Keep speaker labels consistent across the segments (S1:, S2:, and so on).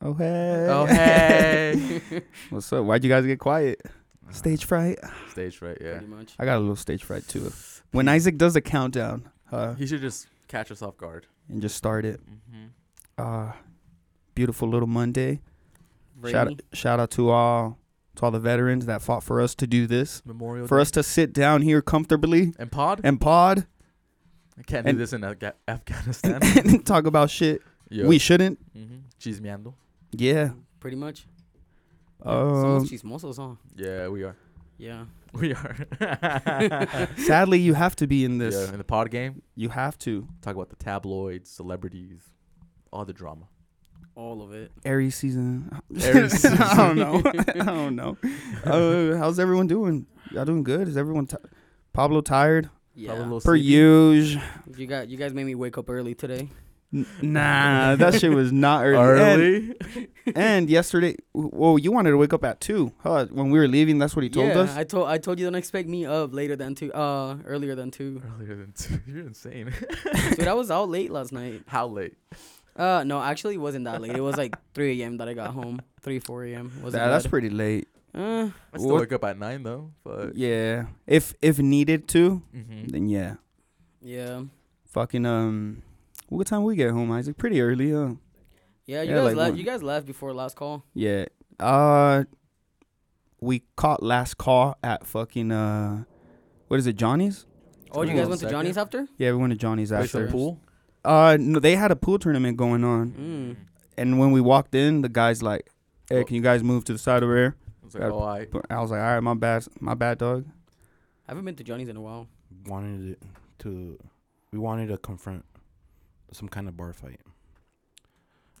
S1: Oh hey.
S2: Oh hey,
S1: What's up? Why'd you guys get quiet? Stage fright.
S2: stage fright. Yeah,
S3: Pretty much.
S1: I got a little stage fright too. When Isaac does the countdown uh,
S2: he should just catch us off guard.
S1: and just start it.
S2: Mm-hmm.
S1: Uh beautiful little Monday. Shout
S3: Rainy.
S1: out, shout out to all to all the veterans that fought for us to do this.
S2: Memorial
S1: For
S2: Day.
S1: us to sit down here comfortably
S2: and pod.
S1: and pod
S2: I can't
S1: and-
S2: do this in Afga- Afghanistan.
S1: and, and talk about shit
S2: Yo.
S1: we shouldn't.
S2: mm-hmm. cheese meando.
S1: Yeah.
S3: Pretty much.
S1: Um,
S3: Somos chismosos, huh?
S2: Yeah, we are.
S3: Yeah.
S2: We are.
S1: sadly, you have to be in this.
S2: Yeah, in the pod game,
S1: You have to.
S2: talk about the tabloids, celebrities, all the drama.
S3: All of it.
S1: Airy season.
S2: Airy season.
S1: I don't know. I don't know. Uh, how's everyone doing? Y'all doing good? Is everyone ti Pablo tired?
S3: Yeah.
S2: Probably a little
S1: Per
S2: sleepy.
S1: usual.
S3: You got you guys made me wake up early today.
S1: N- Nah, that shit was not early. And-
S2: Early.
S1: And, yesterday, whoa, you wanted to wake up at two, huh? When we were leaving, that's what he told
S3: yeah,
S1: us.
S3: I told I told you don't expect me up later than two uh earlier than two.
S2: Earlier than two. You're insane.
S3: Dude, I was out late last night.
S2: How late?
S3: Uh no, actually it wasn't that late. It was like three AM that I got home. Three, four AM. Was
S1: Nah, that's pretty late.
S3: uh,
S2: I still
S1: What-
S2: wake up at nine though. But
S1: Yeah, if if needed to,
S2: mm-hmm.
S1: then yeah.
S3: yeah.
S1: Fucking um, what time we get home, Isaac? Pretty early, huh?
S3: Yeah, you
S1: Yeah,
S3: guys
S1: like
S3: left
S1: one.
S3: you guys left before last call.
S1: Yeah. Uh we caught last call at fucking uh what is it, Johnny's?
S3: Oh,
S2: Hold
S3: you guys
S2: on
S3: went to
S2: a
S3: Johnny's after?
S1: Yeah, we went to Johnny's
S2: Play
S1: after.
S2: some pool.
S1: Uh no, they had a pool tournament going on.
S2: Mm-hmm.
S3: Mm.
S1: And when we walked in, the guy's like, Hey,
S2: Oh.
S1: can you guys move to the side over here?
S2: I was like,
S1: Gotta-
S2: oh, I
S1: But I was like, All right, my bad my bad dog.
S3: I haven't been to Johnny's in a while.
S4: wanted it to we wanted to confront some kind of bar fight.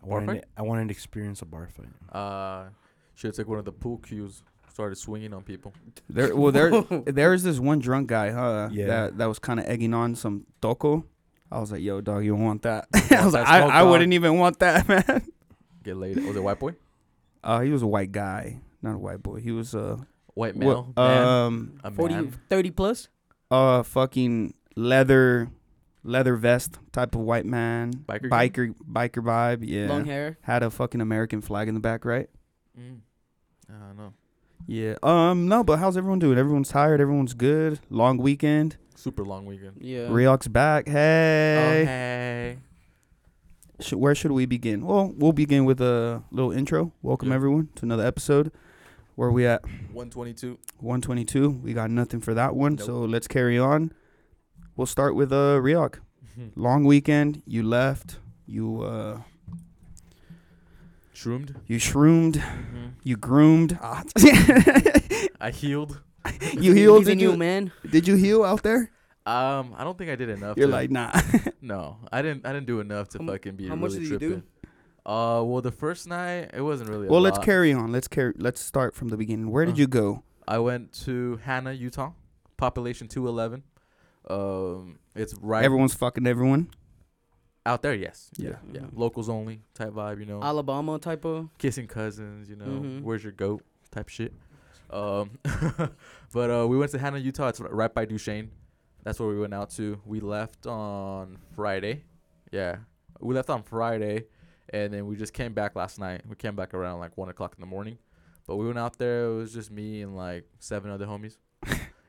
S4: I
S2: Bar
S4: wanted
S2: fight?
S4: To, I wanted to experience a bar fight.
S2: uh, should have took one of the pool cues. Started swinging on people.
S1: There well there there is this one drunk guy, huh?
S4: Yeah.
S1: That that was kinda egging on some toko. I was like, yo, dog, you don't want that. I was like,
S2: That's
S1: I,
S2: no
S1: I
S2: dog.
S1: wouldn't even want that, man.
S2: Get laid. Was it white boy?
S1: Uh, he was a white guy, not a white boy. He was a
S2: White
S1: well,
S2: male. man,
S1: um,
S2: a
S3: 40,
S2: man.
S3: 30 plus?
S1: a fucking leather, leather vest type of white man,
S2: Biker. gang?
S1: biker, biker vibe. Yeah,
S3: Long hair.
S1: had a fucking American flag in the back, right?
S2: Mm. I don't know.
S1: Yeah. Um, no, but how's everyone doing? Everyone's tired. Everyone's good. Long weekend.
S2: Super long weekend.
S3: Yeah. Oh,
S1: Reoc's back. Hey.
S2: Okay.
S1: Sh- where should we begin? Well, we'll begin with a little intro. Welcome
S2: Yeah.
S1: everyone to another episode. Where we at?
S2: 122.
S1: 122. We got nothing for that one.
S2: Nope.
S1: So let's carry on. We'll start with uh Rioc. Long weekend. You left. You uh
S2: Shroomed.
S1: you shroomed.
S2: Mm-hmm.
S1: You groomed. Ah,
S2: I healed.
S1: you healed.
S3: He's a
S1: Did
S3: new
S1: you,
S3: man.
S1: did you heal out there?
S2: Um, I don't think I did enough.
S1: You're
S2: to-
S1: like nah.
S2: no, I didn't. I didn't do enough to
S3: How mu-
S2: fucking be
S3: how much
S2: really
S3: did you do?
S2: tripping. Uh, well, the first night it wasn't really. A
S1: well, let's
S2: lot.
S1: carry on. Let's carry. Let's start from the beginning. Where did
S2: Uh.
S1: you go?
S2: I went to Hannah, Utah, population 211. Um, it's right
S1: Everyone's fucking everyone.
S2: out there. Yes.
S1: Yeah.
S2: Yeah.
S3: Mhm.
S2: Locals only type vibe. You know,
S3: Alabama type of.
S2: kissing cousins. You know,
S3: Mhm.
S2: where's your goat type shit. Um, but uh, we went to Hannah, Utah. It's r- right by Duchesne. That's where we went out to. We left on Friday. Yeah, we left on Friday, and then we just came back last night. We came back around like one o'clock in the morning. But we went out there. It was just me and like seven other homies,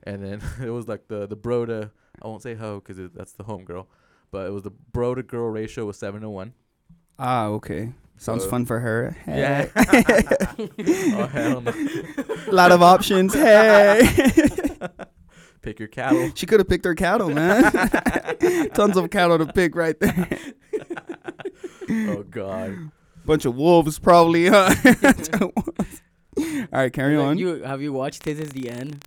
S2: and then it was like the the bro to I won't say hoe because that's the home girl, but it was the bro to girl ratio was seven to one.
S1: Ah, okay. Sounds
S2: So-
S1: fun for her.
S2: Yeah. oh hell no!
S1: A lot of options. Hey,
S2: Pick your cattle.
S1: she could have picked her cattle, man. Tons of cattle to pick right there.
S2: oh god.
S1: Bunch of wolves, probably. Huh? All right, carry
S3: Like,
S1: on.
S3: You have you watched This Is the End?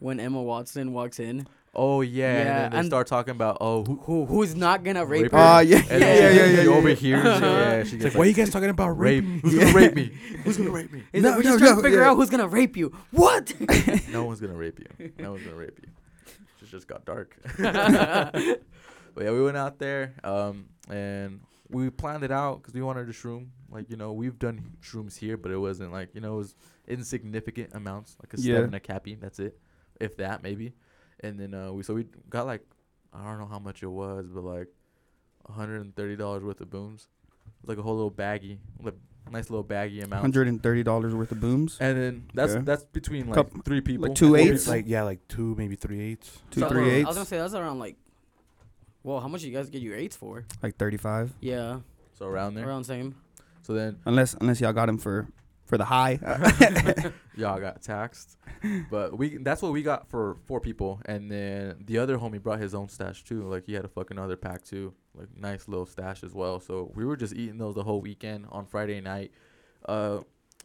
S3: When Emma Watson walks in,
S2: Oh yeah.
S3: Yeah,
S2: and then they
S3: and-
S2: start talking about oh who.
S3: who who's not gonna rape,
S2: Rape
S3: her? Uh,
S1: Ah, yeah, yeah,
S2: And
S1: yeah,
S2: then
S1: yeah,
S2: she-
S1: yeah,
S2: she
S1: yeah.
S2: overhears it.
S3: Uh-huh.
S2: Yeah, she
S4: It's like,
S2: gets
S4: why are you guys talking about
S2: rape.
S4: rape?
S2: Who's gonna rape me? Who's gonna rape me?
S3: He's
S1: No,
S3: like, we're
S1: no,
S3: just trying
S1: no,
S3: to figure
S1: yeah.
S3: out who's gonna rape you. What?
S2: No one's gonna rape you. No one's gonna rape you. It just got dark. But yeah, we went out there um, and we planned it out because we wanted to shroom. Like, you know, we've done shrooms here, but it wasn't like, you know, it was insignificant amounts, like a
S1: Yeah.
S2: step and a cappy. That's it. If that, maybe. And then uh, we, so we got like, I don't know how much it was, but like $130 worth of booms. Like a whole little baggie, like nice little baggy amount.
S1: Hundred and thirty dollars worth of booms.
S2: And then that's
S1: Okay.
S2: that's between like
S1: Couple-
S2: three people.
S1: two
S2: four
S1: eights?
S2: people.
S4: Like yeah, like two, maybe three eighths.
S1: Two
S3: So,
S1: three
S3: I was gonna
S1: eights.
S3: say that's around like, well, how much do you guys get your eights for?
S1: Like thirty five.
S3: Yeah,
S2: So around there.
S3: around same.
S2: So then
S1: Unless unless y'all got him for for the high.
S2: y'all got taxed, but we that's what we got for four people. And then the other homie brought his own stash too. Like he had a fucking other pack too. Like nice little stash as well. So we were just eating those the whole weekend on Friday night. Uh,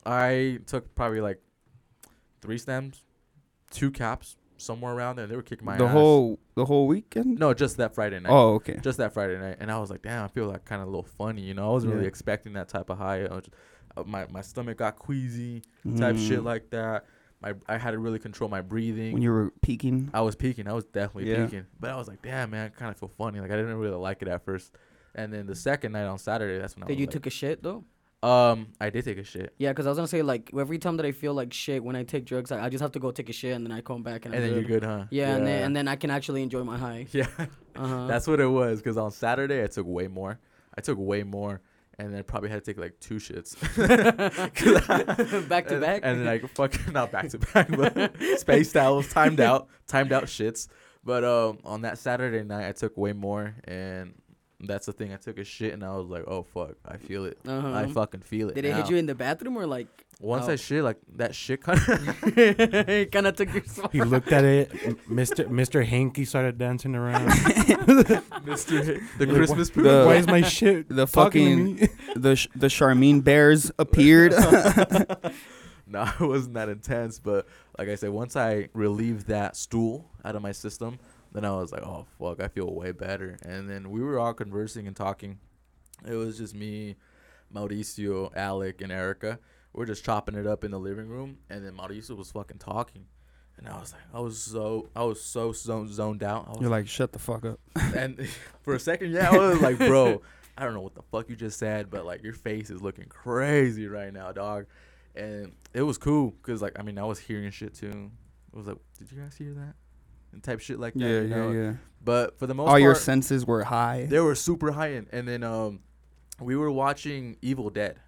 S2: I took probably like three stems, two caps, somewhere around there. They were kicking my
S1: the
S2: ass.
S1: whole the whole weekend.
S2: no, just that Friday night.
S1: Oh okay.
S2: just that Friday night, and I was like, damn, I feel like kind of a little funny, you know. I wasn't really
S1: Yeah.
S2: expecting that type of high. I was just- uh, my my stomach got queasy, type shit
S1: Mm.
S2: like that. My I had to really control my breathing.
S1: when you were peaking.
S2: I was peaking. I was definitely
S1: Yeah.
S2: peaking. But I was like, damn, man, I kind of feel funny. Like I didn't really like it at first. And then the second night on Saturday, that's when I
S3: Did
S2: was
S3: you
S2: like,
S3: took a shit though?
S2: um, I did take a shit,
S3: Yeah, because I was gonna say like every time that I feel like shit when I take drugs, I, I just have to go take a shit and then I come back and,
S2: and
S3: I'm
S2: then you're good, huh?
S3: Yeah, and then and then I can actually enjoy my high.
S2: yeah.
S3: Uh-huh.
S2: That's what it was. Cause on Saturday I took way more. I took way more, and then probably had to take like two shits. 'Cause I-
S3: Back to
S2: and-
S3: back?
S2: And then like fucking not back to back, but spaced out, was timed out, timed out shits. But um, on that Saturday night I took way more, and that's the thing. I took a shit, and I was like, oh fuck, I feel it.
S3: Uh-huh.
S2: I fucking feel it.
S3: Did it
S2: now.
S3: hit you in the bathroom or like
S2: Once I
S3: Oh.
S2: shit, like that shit kind of.
S3: it kind of took your spot?
S4: He looked at it. Mr. Mr. Hanky started dancing around.
S2: Mr. The Christmas
S1: The-
S4: Why is my shit
S1: The
S4: talking to
S1: fucking
S4: me?
S1: the sh- the Charmin bears appeared.
S2: no, it wasn't that intense. But like I said, once I relieved that stool out of my system, then I was like, oh fuck, I feel way better. And then we were all conversing and talking. It was just me, Mauricio, Alec, and Erica. We're just chopping it up in the living room, and then Mauricio was fucking talking. And I was like, I was so, I was so zoned, zoned out. I was
S1: You're like shut the fuck up.
S2: and for a second, yeah, I was like, bro, I don't know what the fuck you just said, but like your face is looking crazy right now, dog. And it was cool because like I mean I was hearing shit too. It was like, did you guys hear that? And type shit like that.
S1: Yeah
S2: you
S1: yeah
S2: know?
S1: yeah.
S2: But for the most
S1: All your
S2: part,
S1: senses were high.
S2: they were super high end. And then um, we were watching Evil Dead.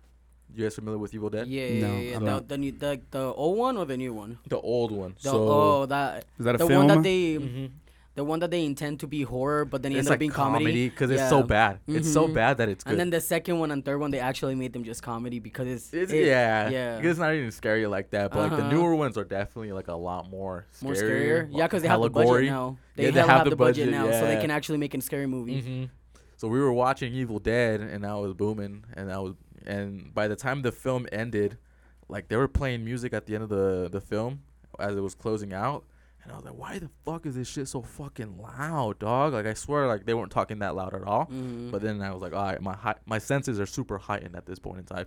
S2: You guys familiar with Evil
S3: Yeah,
S2: Dead?
S3: yeah,
S1: No,
S3: yeah. yeah.
S1: I'm
S3: The,
S1: not.
S3: the, new, the the old one or the new one?
S2: The old one.
S3: The,
S2: so
S3: oh, that
S1: Is that a
S3: the
S1: film?
S3: one that they
S2: Mhm.
S3: the one that they intend to be horror, but then
S2: it's
S3: it ended
S2: like
S3: up being comedy.
S2: comedy because it's so
S3: Yeah.
S2: bad. It's so
S3: Mhm.
S2: bad that it's good.
S3: And then the second one and third one, they actually made them just comedy because it's,
S2: It's,
S3: it-
S2: yeah,
S3: yeah.
S2: It's not even scary like that, but like the
S3: Uh-huh.
S2: newer ones are definitely like a lot more scarier.
S3: more scarier.
S2: like
S3: Yeah, because they have the
S2: allegory.
S3: budget now. They, hell have, the, budget, now, so they
S2: yeah.
S3: can actually make a scary movie.
S2: Mhm. So we were watching Evil Dead, and I was booming, and I was, and by the time the film ended, like they were playing music at the end of the the film as it was closing out, and I was like, why the fuck is this shit so fucking loud, dog? Like I swear, like they weren't talking that loud at all.
S3: Mhm.
S2: But then I was like, all right, my high, my senses are super heightened at this point in time.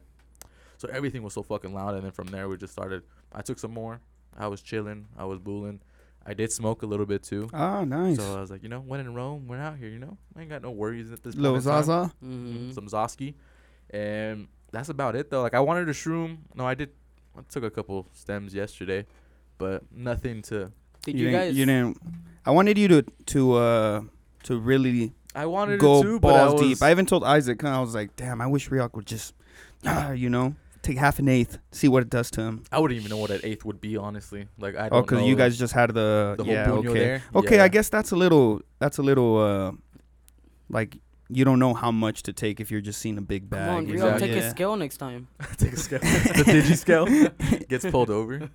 S2: So everything was so fucking loud. And then from there, we just started. I took some more. I was chilling. I was booling. I did smoke a little bit too.
S1: Ah, nice.
S2: So I was like, you know, when in Rome, we're out here, you know? I ain't got no worries at this
S1: Lil
S2: point. in time. Mm-hmm.
S1: Zaza.
S3: Mhm.
S2: Some Zosky. And that's about it though. Like I wanted a shroom. No, I did. I took a couple stems yesterday, but nothing to.
S3: Did you,
S1: didn't-
S3: guys?
S1: You didn't. I wanted you to to uh to really
S2: I wanted
S1: go
S2: it to, but I
S1: balls
S2: was,
S1: deep. I even told Isaac, and I was like, damn, I wish Ryok would just, ah, you know, take half an eighth, see what it does to him.
S2: I wouldn't even know what an eighth would be, honestly. Like I
S1: Oh,
S2: don't
S1: because
S2: know
S1: you guys just had the,
S2: the whole
S1: yeah,
S2: Buño
S1: okay,
S2: there.
S1: okay.
S2: Yeah.
S1: I guess that's a little. That's a little. uh Like you don't know how much to take if you're just seeing a big
S3: Come
S1: bag.
S3: on,
S1: you
S2: Rio,
S3: Rio,
S1: know?
S2: exactly.
S3: take
S1: Yeah.
S3: a scale next time.
S2: take a scale. the digi scale gets pulled over.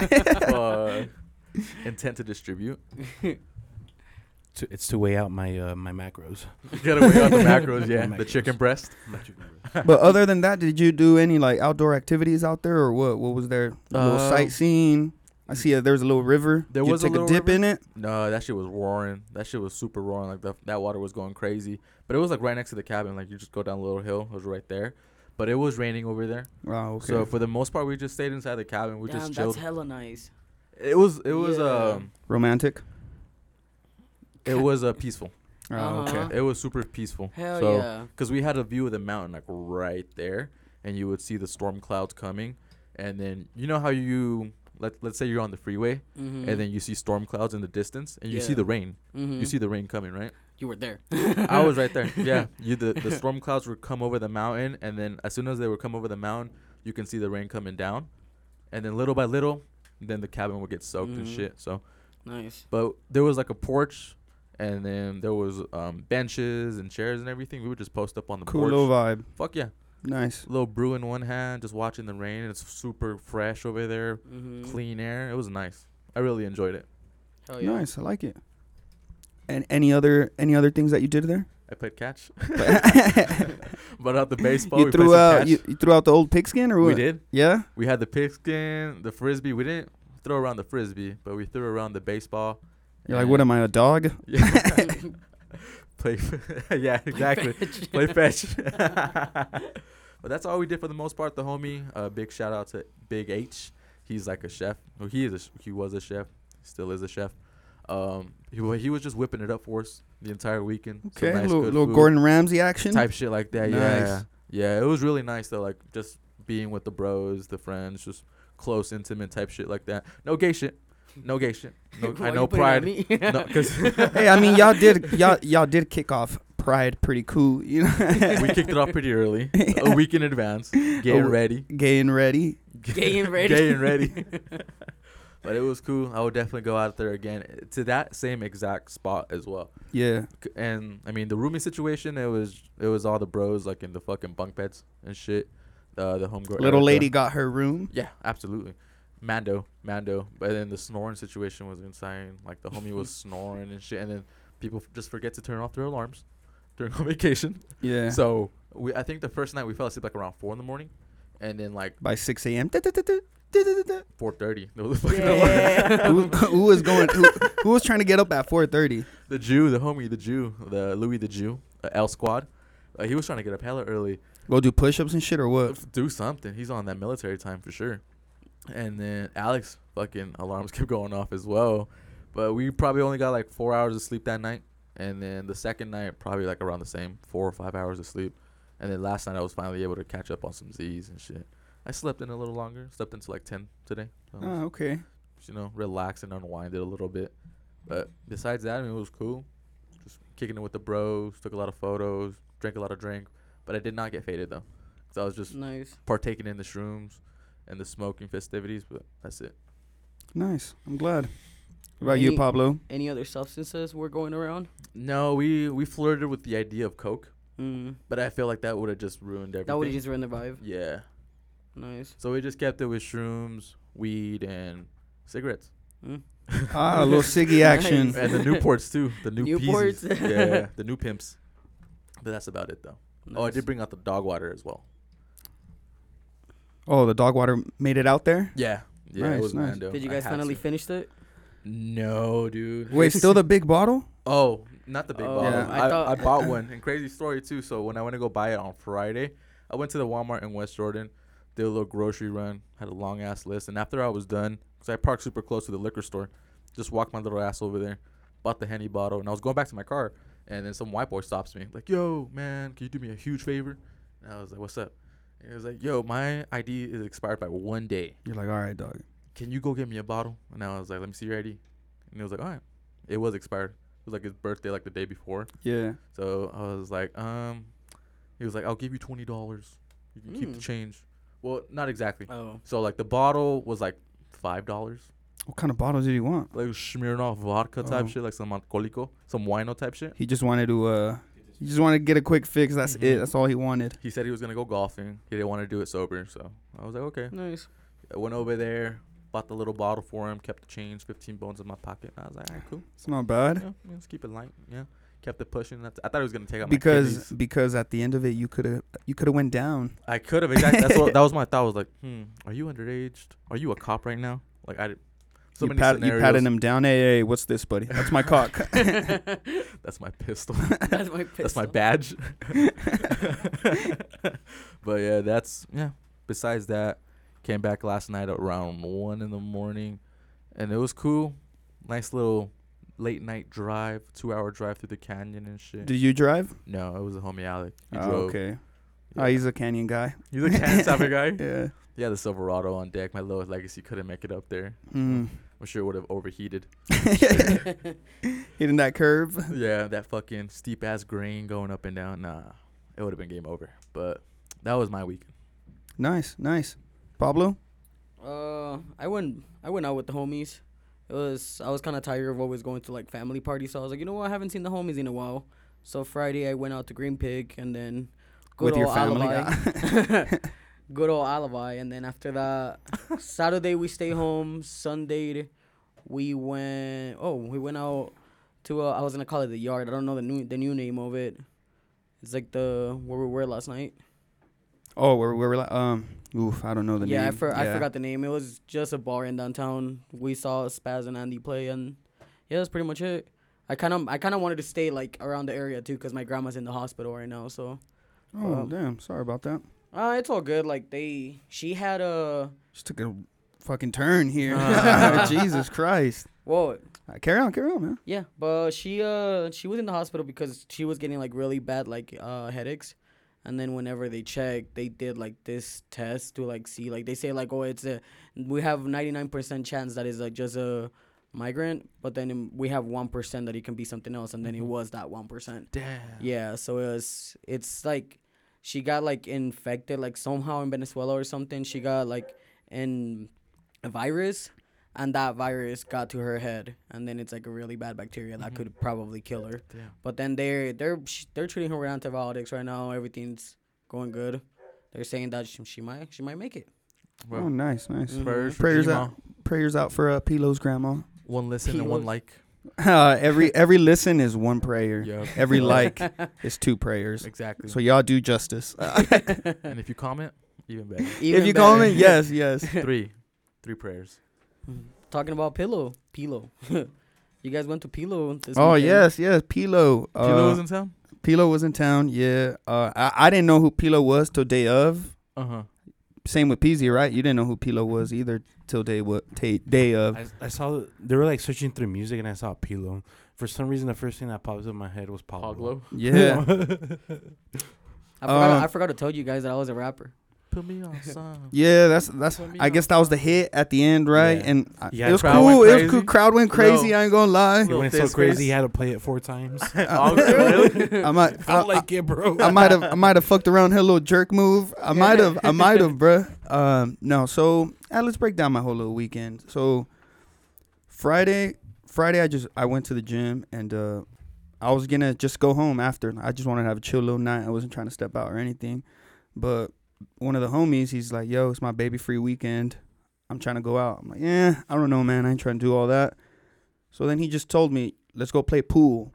S2: Uh, intent to distribute.
S4: To, it's to weigh out my uh, my macros.
S2: You gotta weigh out the macros, yeah.
S4: My
S2: The chicken breast.
S1: But other than that, did you do any like outdoor activities out there, or what? What was there? A little
S2: Uh,
S1: sightseeing. I see uh, there was a little river.
S2: There
S1: you
S2: was a
S1: took a,
S2: little
S1: dip
S2: river.
S1: in it.
S2: No, that shit was roaring. That shit was super roaring. Like the, that water was going crazy. But it was like right next to the cabin. Like you just go down a little hill. It was right there. But it was raining over there.
S1: Wow. Okay.
S2: So for the most part, we just stayed inside the cabin. We
S3: Damn,
S2: just
S3: that's
S2: chilled.
S3: hella nice.
S2: it was it was
S3: Yeah.
S2: um
S1: romantic.
S2: it was uh, peaceful.
S1: Oh,
S3: Uh-huh.
S1: Okay.
S2: It was super peaceful.
S3: Hell
S2: So-
S3: yeah.
S2: because we had a view of the mountain like right there, and you would see the storm clouds coming, and then you know how you let let's say you're on the freeway,
S3: Mm-hmm.
S2: and then you see storm clouds in the distance, and you see
S3: Yeah.
S2: the rain.
S3: mm-hmm.
S2: You see the rain coming, right?
S3: you were there.
S2: I was right there. Yeah, you the the storm clouds would come over the mountain, and then as soon as they would come over the mountain, you can see the rain coming down, and then little by little, then the cabin would get soaked and
S3: Mhm.
S2: shit. So,
S3: Nice.
S2: but there was like a porch, and then there was um, benches and chairs and everything. We would just post up on the
S1: Cool
S2: porch.
S1: little vibe.
S2: Fuck yeah,
S1: Nice.
S2: little brew in one hand, just watching the rain. It's super fresh over there,
S3: Mm-hmm.
S2: clean air. It was nice. I really enjoyed it.
S3: Hell Oh, yeah.
S1: Nice. I like it. And any other any other things that you did there?
S2: I played catch, but out the baseball.
S1: you
S2: we
S1: threw
S2: played some
S1: out
S2: catch.
S1: you, you threw out the old pigskin or what?
S2: we did.
S1: Yeah.
S2: We had the pigskin, the frisbee. We didn't throw around the frisbee, but we threw around the baseball.
S1: You're like, what am I, a dog?
S2: Yeah. Play, yeah, exactly. Play fetch. but that's all we did for the most part. The homie, uh, big shout out to Big H. He's like a chef. Well, he is. A, sh- he was a chef. Still is a chef. Um, he, wa- he was just whipping it up for us the entire weekend. Some
S1: Okay.
S2: nice
S1: little
S2: good
S1: little
S2: food
S1: Gordon Ramsay action.
S2: type shit like that. Yeah,
S1: Nice.
S2: yeah. It was really nice though, like just being with the bros, the friends, just close, intimate type shit like that. No gay shit. No gay shit. No, I know pride. No, because
S1: hey, I mean, y'all did y'all y'all did kick off Pride pretty cool, you know.
S2: we kicked it off pretty early, a week in advance, getting
S1: Oh.
S2: ready,
S1: Gay and ready.
S3: Gay and ready.
S2: gay and ready. but it was cool. I would definitely go out there again eh, to that same exact spot as well.
S1: Yeah.
S2: C- and I mean the rooming situation. It was it was all the bros like in the fucking bunk beds and shit. Uh, the homegirl
S1: Little
S2: Erica.
S1: lady got her room.
S2: Yeah, absolutely. Mando, Mando. But then the snoring situation was insane. Like the homie was snoring and shit, and then people f- just forget to turn off their alarms during on vacation.
S1: Yeah. So
S2: So we, I think the first night we fell asleep like around four in the morning, and then like
S1: by 6 a.m. da- da- da- da- da- da- da-
S2: four thirty, there was a fucking
S1: da.
S2: alarm.
S1: who, who was going? Who, who was trying to get up at 4:30?
S2: the Jew, the homie, the Jew, the Louis, the Jew, uh, L Squad. Uh, he was trying to get up hella early.
S1: Go do push-ups and shit or what?
S2: do something. He's on that military time for sure. And then Alex fucking alarms kept going off as well. But we probably only got like four hours of sleep that night. And then the second night, probably like around the same, four or five hours of sleep. And then last night, I was finally able to catch up on some Z's and shit. I slept in a little longer. Slept until like 10 today. So,
S1: Oh, okay.
S2: You know, relaxed and unwinded a little bit. But besides that, I mean, it was cool. Just kicking it with the bros, took a lot of photos, drank a lot of drink. But I did not get faded though. Because I was just
S3: Nice.
S2: partaking in the shrooms and the smoking festivities, but that's it.
S1: Nice. I'm glad. What about you,
S3: Any-
S1: Pablo?
S3: Any other substances were going around?
S2: No, we we flirted with the idea of coke,
S3: Mm.
S2: but I feel like that would have just ruined everything.
S3: That would just ruin the vibe.
S2: yeah.
S3: Nice.
S2: So we just kept it with shrooms, weed, and cigarettes,
S3: Mm.
S1: Ah, a little ciggy action.
S2: and the Newports too. The new Newports,
S3: Newports.
S2: yeah, the new pimps. But that's about it though. Oh, I
S3: Nice.
S2: did bring out the dog water as well.
S1: Oh, the dog water made it out there.
S2: Yeah, yeah, it
S1: Nice,
S2: was
S1: nice.
S2: Mando.
S3: Did you
S2: I
S3: guys
S2: had
S3: finally
S2: to.
S3: finish it?
S2: No, dude.
S1: Wait, still the big bottle?
S2: Oh, not the big
S3: Oh,
S2: bottle.
S1: Yeah.
S2: I,
S3: I
S2: I,
S3: thought-
S2: bought one. And crazy story too. So when I went to go buy it on Friday, I went to the Walmart in West Jordan, did a little grocery run, had a long ass list, and after I was done, because I parked super close to the liquor store, just walked my little ass over there, bought the henny bottle, and I was going back to my car, and then some white boy stops me like, "Yo, man, can you do me a huge favor?" And I was like, "What's up?" And he was like, "Yo, my ID is expired by one day.
S1: You're like, all right, dog.
S2: Can you go get me a bottle?" And I was like, "Let me see your ID." And he was like, "All right." It was expired. It was like his birthday, like the day before.
S1: Yeah.
S2: So I was like, um, he was like, I'll give you twenty dollars. You can keep the
S3: Mm.
S2: change. Well, not exactly.
S3: Oh.
S2: So like the bottle was like five dollars,
S1: What kind of bottles did he want?
S2: like Smirnoff vodka type
S1: Oh.
S2: shit, like some alcoholico, some wino type shit.
S1: He just wanted to. uh He just wanted to get a quick fix. That's it.
S2: Mhm.
S1: That's all he wanted.
S2: He said he was gonna go golfing. He didn't want to do it sober, so I was like, okay.
S3: Nice.
S2: I went over there, bought the little bottle for him, kept the change, fifteen bones in my pocket. And I was like, all right, cool.
S1: It's not bad.
S2: Yeah, yeah, let's keep it light. Yeah, kept it pushing. That's, I thought he was gonna take out my
S1: because
S2: kidneys.
S1: because at the end of it you could have you could have went down
S2: I could have exactly. That's what that was my thought. I was like, hmm, are you underage? Are you a cop right now? Like I, did, so
S1: you,
S2: many
S1: pat, you
S2: scenarios.
S1: patted him down hey hey what's this buddy that's my cock
S2: That's my pistol.
S3: That's my pistol.
S2: That's my badge. but yeah, that's yeah. Besides that, came back last night around one in the morning, and it was cool. Nice little late night drive, two hour drive through the canyon and shit.
S1: did you drive
S2: no, it was a homie Alec. He
S1: Oh,
S2: drove.
S1: okay
S2: Yeah.
S1: oh he's a canyon guy
S2: He's a canyon type of guy.
S1: yeah
S2: Yeah, the Silverado on deck. My lowest legacy couldn't make it up there.
S1: mm.
S2: I'm sure it would have overheated.
S1: hitting that curve
S2: yeah, that fucking steep ass green going up and down. Nah, it would have been game over. But that was my weekend.
S1: Nice, nice. Pablo?
S3: Uh, I went I went out with the homies. It was I was kind of tired of always going to like family parties, so I was like, you know what, I haven't seen the homies in a while. So Friday I went out to Green Pig and then
S1: With
S3: good
S1: your
S3: old
S1: family?
S3: Alibi. good old Alibi, and then after that, Saturday we stay home. Sunday we went. Oh, we went out to uh, I was gonna call it the yard. I don't know the new the new name of it. It's like the where we were last night.
S1: Oh, where where we're like, um, oof, I don't know the
S3: yeah,
S1: name.
S3: I, for- I
S1: Yeah.
S3: forgot the name. It was just a bar in downtown. We saw Spaz and Andy play, and yeah, that's pretty much it. I kind of I kind of wanted to stay like around the area too, cause my grandma's in the hospital right now. So
S1: Oh,
S3: um,
S1: damn. Sorry about that.
S3: uh, it's all good. Like they, she had a
S1: Just took a fucking turn here.
S2: Ah.
S1: Uh, Jesus Christ.
S3: whoa,
S1: Uh, carry on, carry on, man.
S3: yeah, but she uh she was in the hospital because she was getting like really bad like uh headaches, and then whenever they checked, they did like this test to like see like they say like oh it's a we have ninety nine percent chance that is like just a migrant, but then um, we have one percent that it can be something else, and then it was that one percent.
S2: Damn.
S3: Yeah, so it was it's like she got like infected like somehow in Venezuela or something. She got like in a virus and that virus got to her head and then it's like a really bad bacteria that could probably kill her.
S2: Damn.
S3: But then they're they're sh- they're treating her with antibiotics right now. Everything's going good. They're saying that she, she might she might make it.
S2: Well,
S1: oh, nice, nice.
S3: Mhm.
S2: prayers for
S1: Prayers
S2: Gmail.
S1: out. Prayers out for uh, Pilo's grandma.
S2: One listen and one
S3: Pilos.
S2: like.
S1: Uh, every every listen is one prayer.
S2: Yup.
S1: Every like is two prayers.
S2: Exactly.
S1: So y'all do justice. Uh,
S2: and if you comment, even better.
S1: if
S3: Even
S1: you call
S3: better.
S1: it, yes, yes.
S2: three, three prayers.
S3: Talking about pillow, pillow. you guys went to pillow this
S1: Oh
S3: weekend.
S1: yes, yes. Pilo. Uh,
S2: Kilo was in town.
S1: Pilo was in town. Yeah. Uh, I I didn't know who Pilo was till day of.
S2: Uh huh.
S1: Same with Peasy, right? You didn't know who Pilo was either till day what day of.
S4: I, I saw they were like searching through music and I saw Pilo. For some reason, the first thing that pops up in my head was
S2: Pablo.
S4: Pablo.
S1: Yeah.
S3: I forgot,
S1: Uh,
S3: I forgot to tell you guys that I was a rapper.
S2: Put me on some.
S1: Yeah, that's that's.
S2: Put me
S1: I guess that was the hit at the end, right?
S4: Yeah.
S1: And I-
S4: Yeah,
S1: it was
S2: crowd went
S1: cool. It was
S2: crazy.
S1: cool. Crowd went crazy. I ain't gonna lie.
S4: He
S2: Little
S4: went so
S2: fist
S4: crazy
S2: face.
S4: he had to play it four times.
S2: Oh, really?
S1: I might. I,
S4: Felt like it, bro.
S1: I might have. I might have fucked around her little jerk move. I might have. I might have, bruh. Um, no. So uh, let's break down my whole little weekend. So Friday, Friday, I just I went to the gym and uh, I was gonna just go home after. I just wanted to have a chill little night. I wasn't trying to step out or anything, but one of the homies, he's like, "Yo, it's my baby free weekend. I'm trying to go out." I'm like, "Yeah, I don't know, man. I ain't trying to do all that." So then he just told me, "Let's go play pool."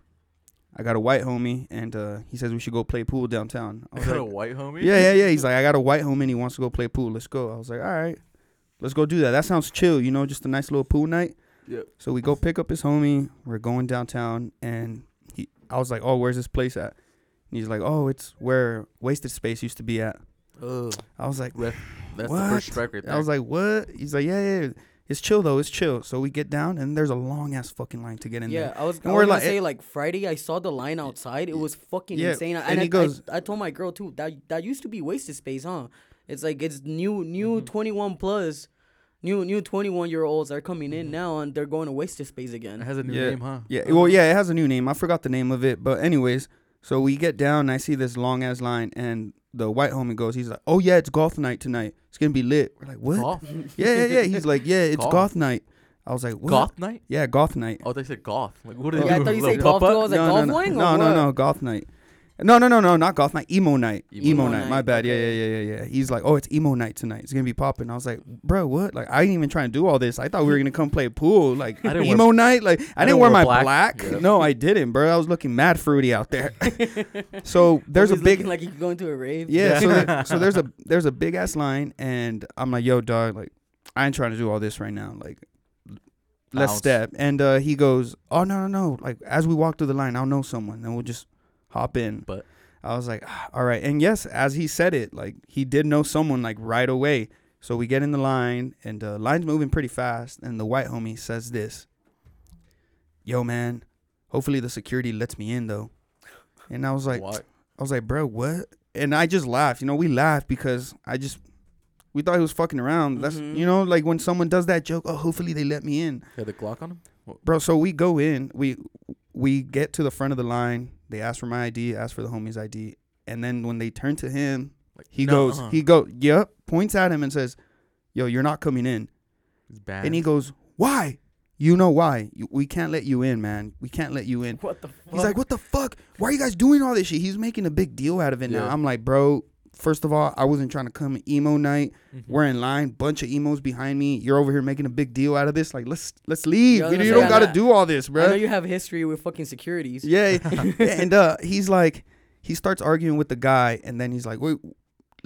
S1: I got a white homie, and uh, he says we should go play pool downtown. I was
S2: Got a
S1: like,
S2: white homie.
S1: yeah, yeah, yeah. He's like, I got a white homie and he wants to go play pool. Let's go. I was like, all right, let's go do that. That sounds chill, you know, just a nice little pool night.
S2: Yep.
S1: So we go pick up his homie. We're going downtown, and he, I was like, oh, where's this place at? And he's like, oh, it's where Wasted Space used to be at.
S2: Oh,
S1: I was like,
S2: ref, that's
S1: What?
S2: the first strike right there.
S1: I was like, what? He's like, yeah, yeah, yeah. It's chill though. It's chill. So we get down, and there's a long ass fucking line to get in
S3: yeah,
S1: there.
S3: I was, I
S1: And
S3: was
S1: we're
S3: gonna
S1: like- eh,
S3: say like Friday. I saw the line outside. It was fucking
S1: Yeah,
S3: insane. And,
S1: and
S3: I,
S1: he goes-
S3: I, I told my girl too that that used to be wasted space, huh? It's like it's new, new
S1: Mm-hmm.
S3: twenty one plus, new new twenty one year olds are coming
S1: Mm-hmm.
S3: in now and they're going to wasted space
S2: it
S3: again.
S2: has a new
S1: Yeah.
S2: name, huh?
S1: Yeah. Well, yeah, it has a new name. I forgot the name of it, but anyways, so we get down and I see this long ass line, and the white homie goes, he's like, "Oh yeah, it's golf night tonight. It's gonna be lit." We're like, "What?"
S2: Goth,
S1: Yeah, yeah, yeah. He's like, "Yeah, it's
S2: Golf.
S1: goth night." I was like, what?
S2: goth night.
S1: Yeah, goth night.
S2: Oh, they said goth. Like, what are
S1: Yeah,
S2: they
S1: I
S2: doing?
S1: thought you
S2: Little
S1: said
S3: goth
S2: pop-up?
S3: too. I was like,
S1: no,
S3: golf
S1: no,
S3: wing or
S1: no, no,
S3: what?
S1: no, golf night. No, no, no, no, not golf night. Emo night. Emo,
S2: Emo
S1: night.
S3: night.
S1: My bad. Yeah,
S3: Okay.
S1: yeah, yeah, yeah, yeah. He's like, oh, it's emo night tonight. It's gonna be popping. I was like, bro, what? Like, I ain't even trying to do all this. I thought we were gonna come play pool. Like
S2: I didn't wear-
S1: emo night. Like, I,
S2: I
S1: didn't
S2: didn't
S1: wear
S2: wear
S1: my black.
S2: black. Yeah.
S1: No, I didn't, bro. I was looking mad fruity out there. so there's a
S3: Always
S1: big
S3: looking like you going to a rave.
S1: yeah.
S2: Yeah.
S1: So, there- so there's a there's a big ass line, and I'm like, yo, dog, like, I ain't trying to do all this right now. Like, let's
S2: Bounce.
S1: step. And uh, he goes, oh no no no. Like as we walk through the line, I'll know someone, then we'll just hop in.
S2: But-
S1: I was like, "Ah, all right. And yes, as he said it, like he did know someone like right away. So we get in the line, and uh, line's moving pretty fast. And the white homie says this, yo man, hopefully the security lets me in though. And I was like,
S2: What?
S1: I was like, bro, what? And I just laughed. You know, we laughed because I just we thought he was fucking around. That's
S3: Mhm.
S1: you know, like when someone does that joke, oh, hopefully they let me in,
S2: Had the Glock on him.
S1: bro. So we go in, we we get to the front of the line. They ask for my ID, ask for the homie's ID, and then when they turn to him,
S2: Like,
S1: he
S2: no,
S1: goes,
S2: uh-uh.
S1: he go, yep. points at him and says, "Yo, you're not coming in."
S2: It's bad.
S1: And he goes, "Why? You know why? You- We can't let you in, man. We can't let you in."
S3: What the fuck?
S1: He's like, "What the fuck? Why are you guys doing all this shit?" He's making a big deal out of it now.
S2: Yeah.
S1: I'm like, "Bro, first of all, I wasn't trying to come emo night.
S2: Mm-hmm.
S1: We're in line, bunch of emos behind me. You're over here making a big deal out of this. Like, let's let's leave.
S3: Yeah, I
S1: you
S3: was
S1: you
S3: gonna
S1: don't
S3: say, I
S1: gotta
S3: know-
S1: do all this, bro."
S3: I know you have history with fucking securities.
S1: Yeah. and uh, he's like, he starts arguing with the guy, and then he's like, wait,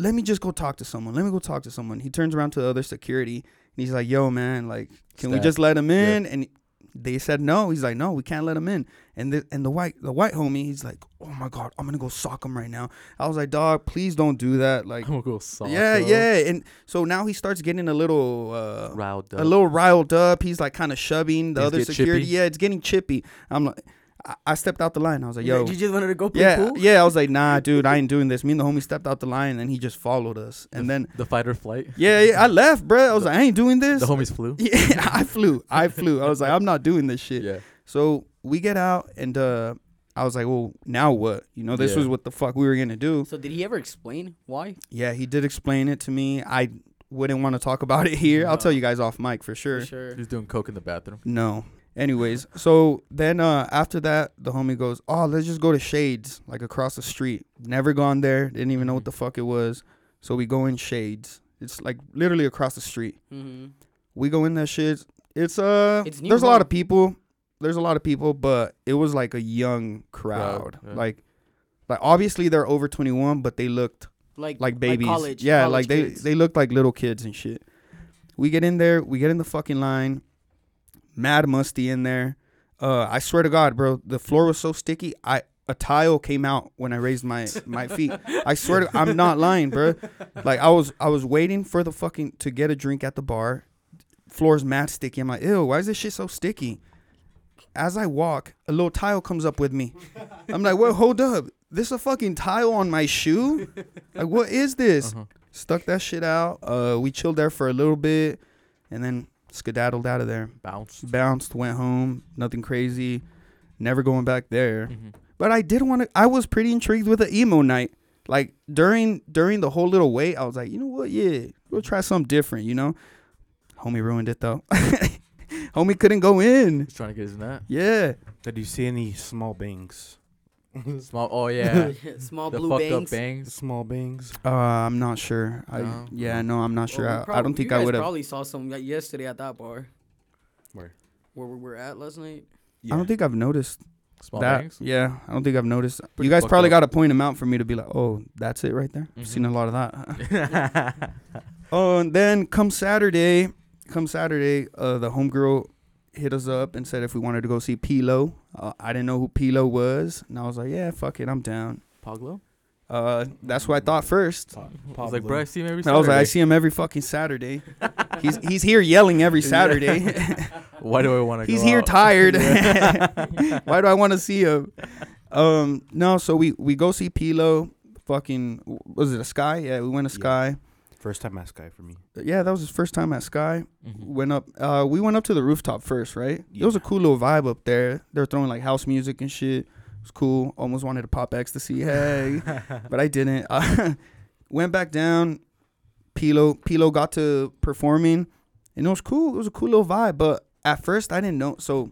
S1: let me just go talk to someone. Let me go talk to someone. He turns around to the other security, and he's like, yo, man, like, can we
S2: Stab.
S1: just let him in? And they said no. He's like, no, we can't let him in. And the and the white the white homie, he's like, oh my god, I'm gonna go sock him right now. I was like, dog, please don't do that. Like,
S2: I'm gonna go soft.
S1: yeah,
S2: bro.
S1: yeah. And so now he starts getting a little uh,
S2: Riled up.
S1: a little riled up. He's like kind of shoving the
S2: Things
S1: other
S2: get
S1: security.
S2: chippy?
S1: Yeah, it's getting chippy. I'm like, I, I stepped out the line. I was like,
S3: Yo.
S1: yo,
S3: You just wanted to go play
S1: yeah,
S3: pool?
S1: yeah. I was like, nah, dude, I ain't doing this. Me and the homie stepped out the line, and he just followed us. And then,
S2: the fight or flight.
S1: yeah, yeah I left, bruh. I was like, I ain't doing this.
S2: The homies flew.
S1: yeah, I flew. I flew. I was like, I'm not doing this shit.
S2: Yeah.
S1: So we get out, and uh, I was like, well, now what? You know, this
S2: Yeah.
S1: was what the fuck we were gonna do.
S3: So did he ever explain why?
S1: Yeah, he did explain it to me. I wouldn't want to talk about it here. I'll tell you guys off mic for sure.
S3: For sure.
S2: He's doing coke in the bathroom.
S1: No. Anyways, so then uh, after that, the homie goes, "Oh, let's just go to Shades, like across the street. Never gone there. Didn't even know
S3: Mm-hmm.
S1: what the fuck it was. So we go in Shades. It's like literally across the street.
S3: hmm
S1: We go in that shit. It's uh,
S3: It's new,
S1: there's a lot
S3: huh?
S1: of people. There's a lot of people, but it was like a young crowd.
S2: Crowd, yeah.
S1: Like, like obviously they're over 21, but they looked
S3: Like
S1: like babies.
S3: college,
S1: yeah,
S3: college
S1: like they
S3: kids.
S1: they look like little kids and shit. We get in there, we get in the fucking line. Mad musty in there. Uh, I swear to God, bro, the floor was so sticky. I a tile came out when I raised my my feet. I swear, to, I'm not lying, bro. Like I was I was waiting for the fucking to get a drink at the bar. Floor's mad sticky. I'm like, ew, why is this shit so sticky? As I walk, a little tile comes up with me. I'm like, well, hold up. This a fucking tile on my shoe? Like, what is this?
S2: Uh-huh.
S1: Stuck that shit out. Uh, we chilled there for a little bit, and then skedaddled out of there.
S2: Bounce.
S1: Bounced, went home. Nothing crazy. Never going back there.
S2: Mhm.
S1: But I did want to. I was pretty intrigued with the emo night. Like during during the whole little wait, I was like, you know what? Yeah, we'll try something different. You know, homie ruined it though. homie couldn't go in.
S2: He's trying to get his nut.
S1: Yeah.
S4: Did you see any small bangs?
S2: Small. Oh yeah.
S3: Small
S2: the
S3: blue
S2: fucked
S3: bangs.
S2: up bangs.
S4: Small bangs.
S1: Uh, I'm not sure. I
S2: No?
S1: yeah, no, I'm not
S3: Well,
S1: sure.
S3: we
S1: I, I
S3: prob-
S1: don't
S3: you
S1: think I
S3: guys
S1: would have.
S3: Probably saw some y- yesterday at that bar.
S4: Where?
S3: Where we were at last night.
S1: I don't think I've noticed
S2: Small
S1: that.
S2: bangs.
S1: Yeah, I don't think I've noticed.
S2: Pretty
S1: you guys
S2: fucked
S1: probably
S2: up.
S1: got to point them out for me to be like, oh, that's it right there.
S3: Mm-hmm.
S1: I've seen a lot of that. oh, and then come Saturday, come Saturday, uh, the homegirl hit us up and said if we wanted to go see Pilo. Uh, I didn't know who Pilo was, and I was like, yeah, fuck it, I'm down.
S2: Poglo.
S1: Uh, that's what I thought first.
S3: Mm-hmm.
S2: I was like, bro, I see him every.
S1: I was like, I
S2: Saturday.
S1: see him every fucking Saturday. he's he's here yelling every Saturday.
S2: Why do I want to?
S1: He's here tired. Why do I want to see him? Um, no, so we we go see Pilo. Fucking was it a Sky? Yeah, we went to
S4: Yeah.
S1: Sky.
S4: First time at Sky for me.
S1: Yeah, that was his first time at Sky.
S2: hmm
S1: Went up. Uh, we went up to the rooftop first, right? It was a cool little vibe up there. They were throwing like house music and shit. It was cool. Almost wanted to pop ecstasy. Hey, but I didn't. went back down. Pilo Pilo got to performing, and it was cool. It was a cool little vibe. But at first, I didn't know. So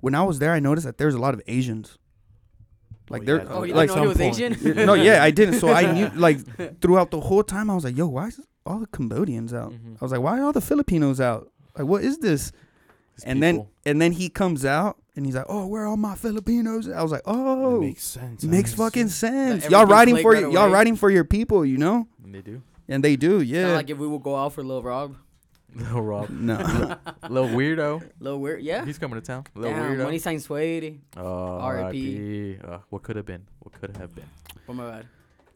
S1: when I was there, I noticed that there's a lot of Asians. Like
S4: Oh,
S1: there,
S4: yeah.
S3: Oh, you
S1: Uh, like
S3: didn't know he was Asian?
S1: no, yeah, I didn't. So I knew like throughout the whole time, I was like, yo, why is all the Cambodians out?
S4: Mm.
S2: Mhm.
S1: I was like, why are all the Filipinos out? Like, what is this? and then and then he comes out and he's like, oh, where are all my Filipinos? at?" I was like, oh,
S4: That
S1: makes,
S4: makes sense. that makes
S1: fucking
S4: sense.
S1: sense.
S3: Like,
S1: y'all
S3: everything's
S1: riding
S3: like
S1: for
S3: right
S1: your, y'all
S3: away.
S1: riding for your people, you know?
S2: And they do.
S1: And they do,
S3: Kinda
S1: yeah.
S3: like if we would go out for Lil Rob.
S2: Little Rob.
S1: no,
S2: Little weirdo.
S3: Lil Weird. Yeah.
S2: He's coming to town. Little
S3: Damn,
S2: weirdo.
S3: when he signed Suede.
S2: Oh,
S3: R.I.P..
S2: R.I.P. Uh, what could have been? What could have been?
S3: Oh my god.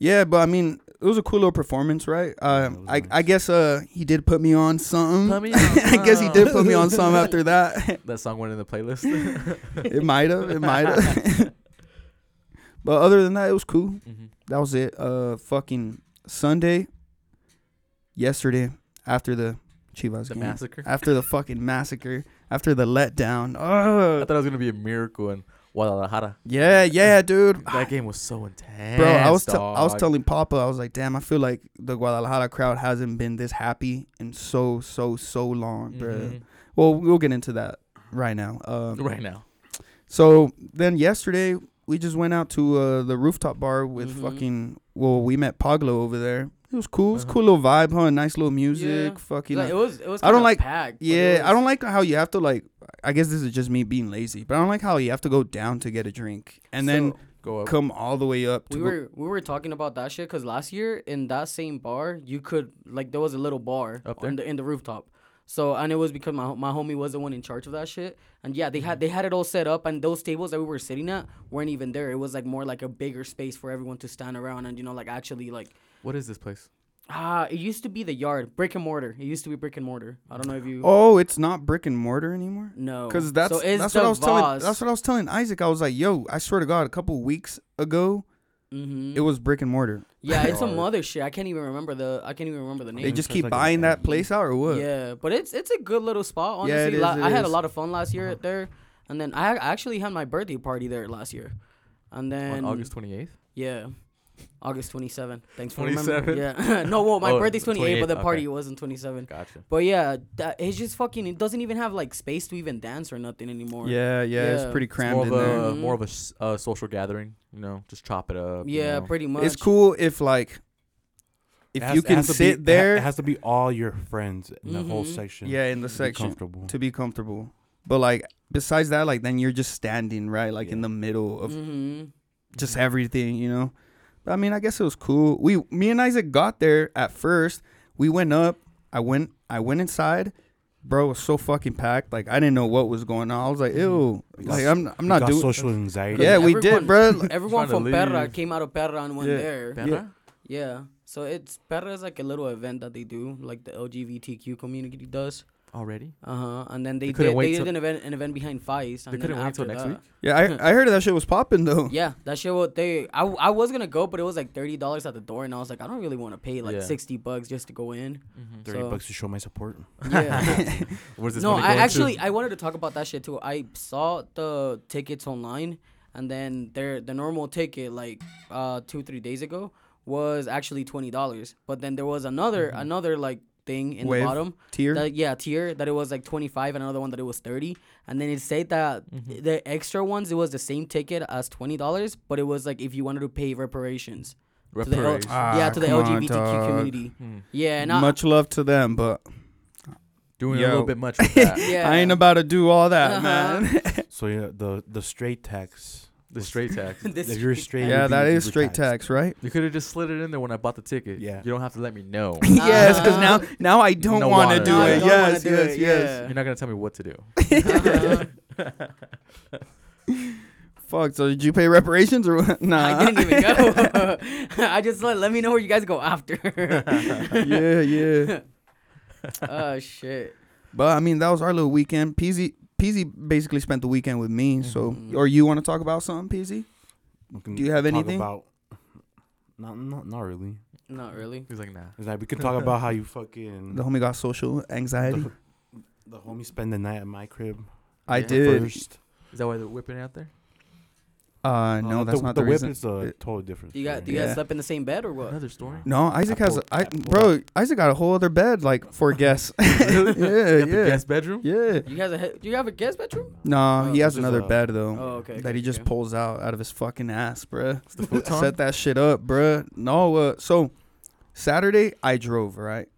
S1: yeah, but I mean, it was a cool little performance, right? Uh,
S4: that was
S1: I
S4: nice.
S1: I guess uh he did put me on something.
S2: Put me
S1: I
S2: on
S1: guess he did put me on
S2: something.
S1: something after that.
S2: That song went in the playlist. Mm-hmm.
S1: it might have, it might have. but other than that, it was cool.
S2: hmm
S1: That was it. Uh, fucking Sunday, yesterday, after the Chivas
S2: The
S1: game,
S2: massacre.
S1: after the fucking massacre, after the letdown.
S2: I
S1: Ugh.
S2: thought it was gonna be a miracle, and Guadalajara.
S1: Yeah, yeah, dude.
S2: That game was so intense.
S1: Bro, I was tell I was
S2: dog.
S1: telling Papa, I was like, damn, I feel like the Guadalajara crowd hasn't been this happy in so so so long, bro.
S2: Mhm.
S1: Well, we'll get into that right now. Um,
S2: right now.
S1: So then yesterday we just went out to uh, the rooftop bar with
S2: Mm-hmm.
S3: Mhm.
S1: fucking. Well, we met Poglo over there. It was cool. It was
S2: Uh-huh.
S1: cool little vibe, huh? Nice little music.
S3: Yeah.
S1: Fucking.
S3: Like, it was. It was.
S1: I don't
S3: kinda
S1: like-
S3: Packed, but it
S1: yeah, I
S3: was-
S1: don't like how you have to like. I guess this is just me being lazy, but I don't like how you have to go down to get a drink and then
S3: So, oh.
S2: Go up.
S1: come all the way up. To
S3: we
S1: go-
S3: were we were talking about that shit because last year in that same bar you could like there was a little bar
S2: Up
S3: on the, in the rooftop. So and it was because my my homie was the one in charge of that shit. And yeah, they
S1: Mm-hmm.
S3: had they had it all set up and those tables that we were sitting at weren't even there. It was like more like a bigger space for everyone to stand around and you know like actually like
S2: What is this place?
S3: ah it used to be the yard brick and mortar. It used to be brick and mortar. I don't know if you
S1: oh, it's not brick and mortar anymore.
S3: no
S1: Because that's
S3: so it's
S1: that's
S3: the
S1: what I was telling.
S3: Voss.
S1: That's what I was telling Isaac. I was like, "Yo, I swear to God, a couple weeks ago,
S3: Mhm.
S1: it was brick and mortar.
S3: Yeah, it's some
S2: Yard.
S3: other shit. I can't even remember the I can't even remember the name.
S1: They just
S4: sounds
S1: keep
S4: like a
S1: buying that
S4: family.
S1: place out or what?
S3: Yeah, but it's it's a good little spot. Honestly,
S1: Yeah, it is,
S3: La-
S1: it
S3: I had a
S1: is. Uh-huh.
S3: lot of fun last year there, and then I ac- actually had my birthday party there last year, and
S2: On
S3: then
S2: August 28th?
S3: yeah, August twenty seven. Thanks for
S2: 27?
S3: remembering. Yeah, no, well, my
S2: Oh,
S3: birthday's twenty eight, but
S2: 28th,
S3: the party
S2: okay.
S3: wasn't twenty seven.
S2: Gotcha.
S3: But yeah, that, it's just fucking. It doesn't even have like space to even dance or nothing anymore.
S1: yeah, yeah, It's
S3: Yeah.
S1: pretty
S2: It's more
S1: crammed in
S2: of a
S3: Mm-hmm.
S1: there.
S2: more of a s- uh, social gathering, you know, just chop it up. you
S3: yeah,
S2: know.
S3: pretty much.
S1: It's cool if like, if
S4: It has-
S1: you
S4: it
S1: can
S4: has to be-
S1: sit
S4: it ha-
S1: there,
S4: it has to be all your friends in the whole
S3: Mhm.
S4: section.
S1: yeah, in the
S4: to be
S1: section
S4: comfortable.
S1: to be comfortable. But like, besides that, like then you're just standing right, like in
S4: Yeah.
S1: the middle of
S3: hmm
S1: just everything, you know. But I mean, I guess it was cool. We, me and Isaac got there at first. We went up. I went. I went inside. Bro, it was so fucking packed. Like I didn't know what was going on. I was like,
S3: Mm-hmm.
S1: ew.
S4: We got
S1: Like
S4: s-
S1: I'm. I'm
S4: We
S1: not
S4: got
S1: doing.
S4: social anxiety.
S1: yeah, we did,
S3: Everyone-
S1: bro.
S3: Everyone
S2: Trying
S3: from
S2: to
S3: Perra
S2: leave.
S3: came out of Perra and went
S1: Yeah.
S3: there.
S2: Better?
S3: Yeah. So it's Perra is like a little event that they do, like the LGBTQ community does.
S2: Already?
S3: Uh huh. And then they,
S2: couldn't
S3: did,
S2: wait
S3: they
S2: till-
S3: did an event, an event behind Feist.
S2: They
S3: And
S2: couldn't
S3: then
S2: wait till
S3: after
S2: next
S3: that-
S2: week?
S1: Yeah, I, I heard that shit was popping though.
S3: Yeah, that shit. What they? I, I was gonna go, but it was like thirty dollars at the door, and I was like, I don't really want to pay like
S2: Yeah.
S3: sixty bucks just to go in.
S2: Mm-hmm.
S4: Thirty
S3: So-
S4: bucks to show my support.
S3: Yeah.
S2: Where's this
S3: no,
S2: money
S3: I
S2: going
S3: actually
S2: to?
S3: I wanted to talk about that shit too. I saw the tickets online, and then their the normal ticket like uh two three days ago was actually twenty dollars, but then there was another another like thing in
S1: Mm-hmm. Wave.
S3: the bottom
S1: Tier.
S3: that- yeah, tier that it was like 25 and another one that it was 30. And then it said that
S1: Mm-hmm.
S3: the extra ones it was the same ticket as $20, but it was like if you wanted to pay reparations. To the L-
S2: Reparations.
S1: Ah,
S3: yeah, to the
S1: come on,
S3: LGBTQ
S1: dog.
S3: community.
S2: Hmm.
S3: Yeah, and I,
S1: Much love to them, but
S2: Doing a
S1: Yo.
S2: little bit much with that.
S3: yeah.
S1: I ain't about to do all that,
S3: Uh-huh.
S1: man.
S4: So yeah, the the straight tax.
S2: the straight tax.
S3: This-
S4: If you're straight,
S1: yeah,
S4: you'd be-
S1: that
S4: you'd
S1: is
S4: be
S1: straight
S4: taxed.
S1: tax, right?
S2: You could have just slid it in there when I bought the ticket.
S4: Yeah.
S2: You don't have to let me know.
S1: yes, because now
S3: Uh-huh.
S1: now I don't
S2: No
S1: want to
S2: water.
S1: do
S2: No, I
S1: it.
S2: don't
S1: Yes,
S3: wanna do
S1: yes,
S3: it,
S1: yes.
S2: You're not gonna tell me what to do.
S3: uh-huh.
S1: Fuck. So did you pay reparations or what? Nah.
S3: I didn't even go. I just let, let me know where you guys go after.
S1: yeah, yeah.
S3: oh shit.
S1: But I mean, that was our little weekend. Peasy Peasy basically spent the weekend with me. So,
S3: Mhm.
S1: or you want to talk about something, Peasy?
S4: We can
S1: Do you have
S4: talk
S1: anything?
S4: About, not, not not really.
S3: Not really.
S2: He's like, nah.
S4: It's like we could talk about how you fucking
S1: The
S4: the,
S1: homie got social anxiety.
S4: homie spend the night at my crib
S1: I
S2: Yeah.
S1: did.
S4: first.
S2: Is that why they're whipping out there?
S1: Uh, no,
S4: Uh,
S1: that's
S4: the,
S1: not
S4: the,
S1: the,
S4: whip
S1: reason.
S4: is a
S1: It-
S4: total different.
S3: Do you guys
S4: story.
S3: do you
S1: Yeah.
S3: guys slept in the same bed or what?
S2: Another story.
S1: No, Isaac
S4: I
S1: has.
S4: pulled-
S1: I
S4: I pulled
S1: bro, Isaac got a whole other bed like for guests. yeah,
S2: You got the
S1: yeah,
S2: guest bedroom.
S1: yeah.
S3: You guys a, do you have a guest bedroom?
S1: Nah,
S3: Oh,
S1: he has
S4: this is
S1: another
S4: a-
S1: bed though.
S3: Oh, okay,
S1: That
S3: okay,
S1: he just
S3: okay.
S1: pulls out out of his fucking ass, bruh.
S2: The futon.
S1: Set that shit up, bruh. No, uh, so Saturday I drove, right?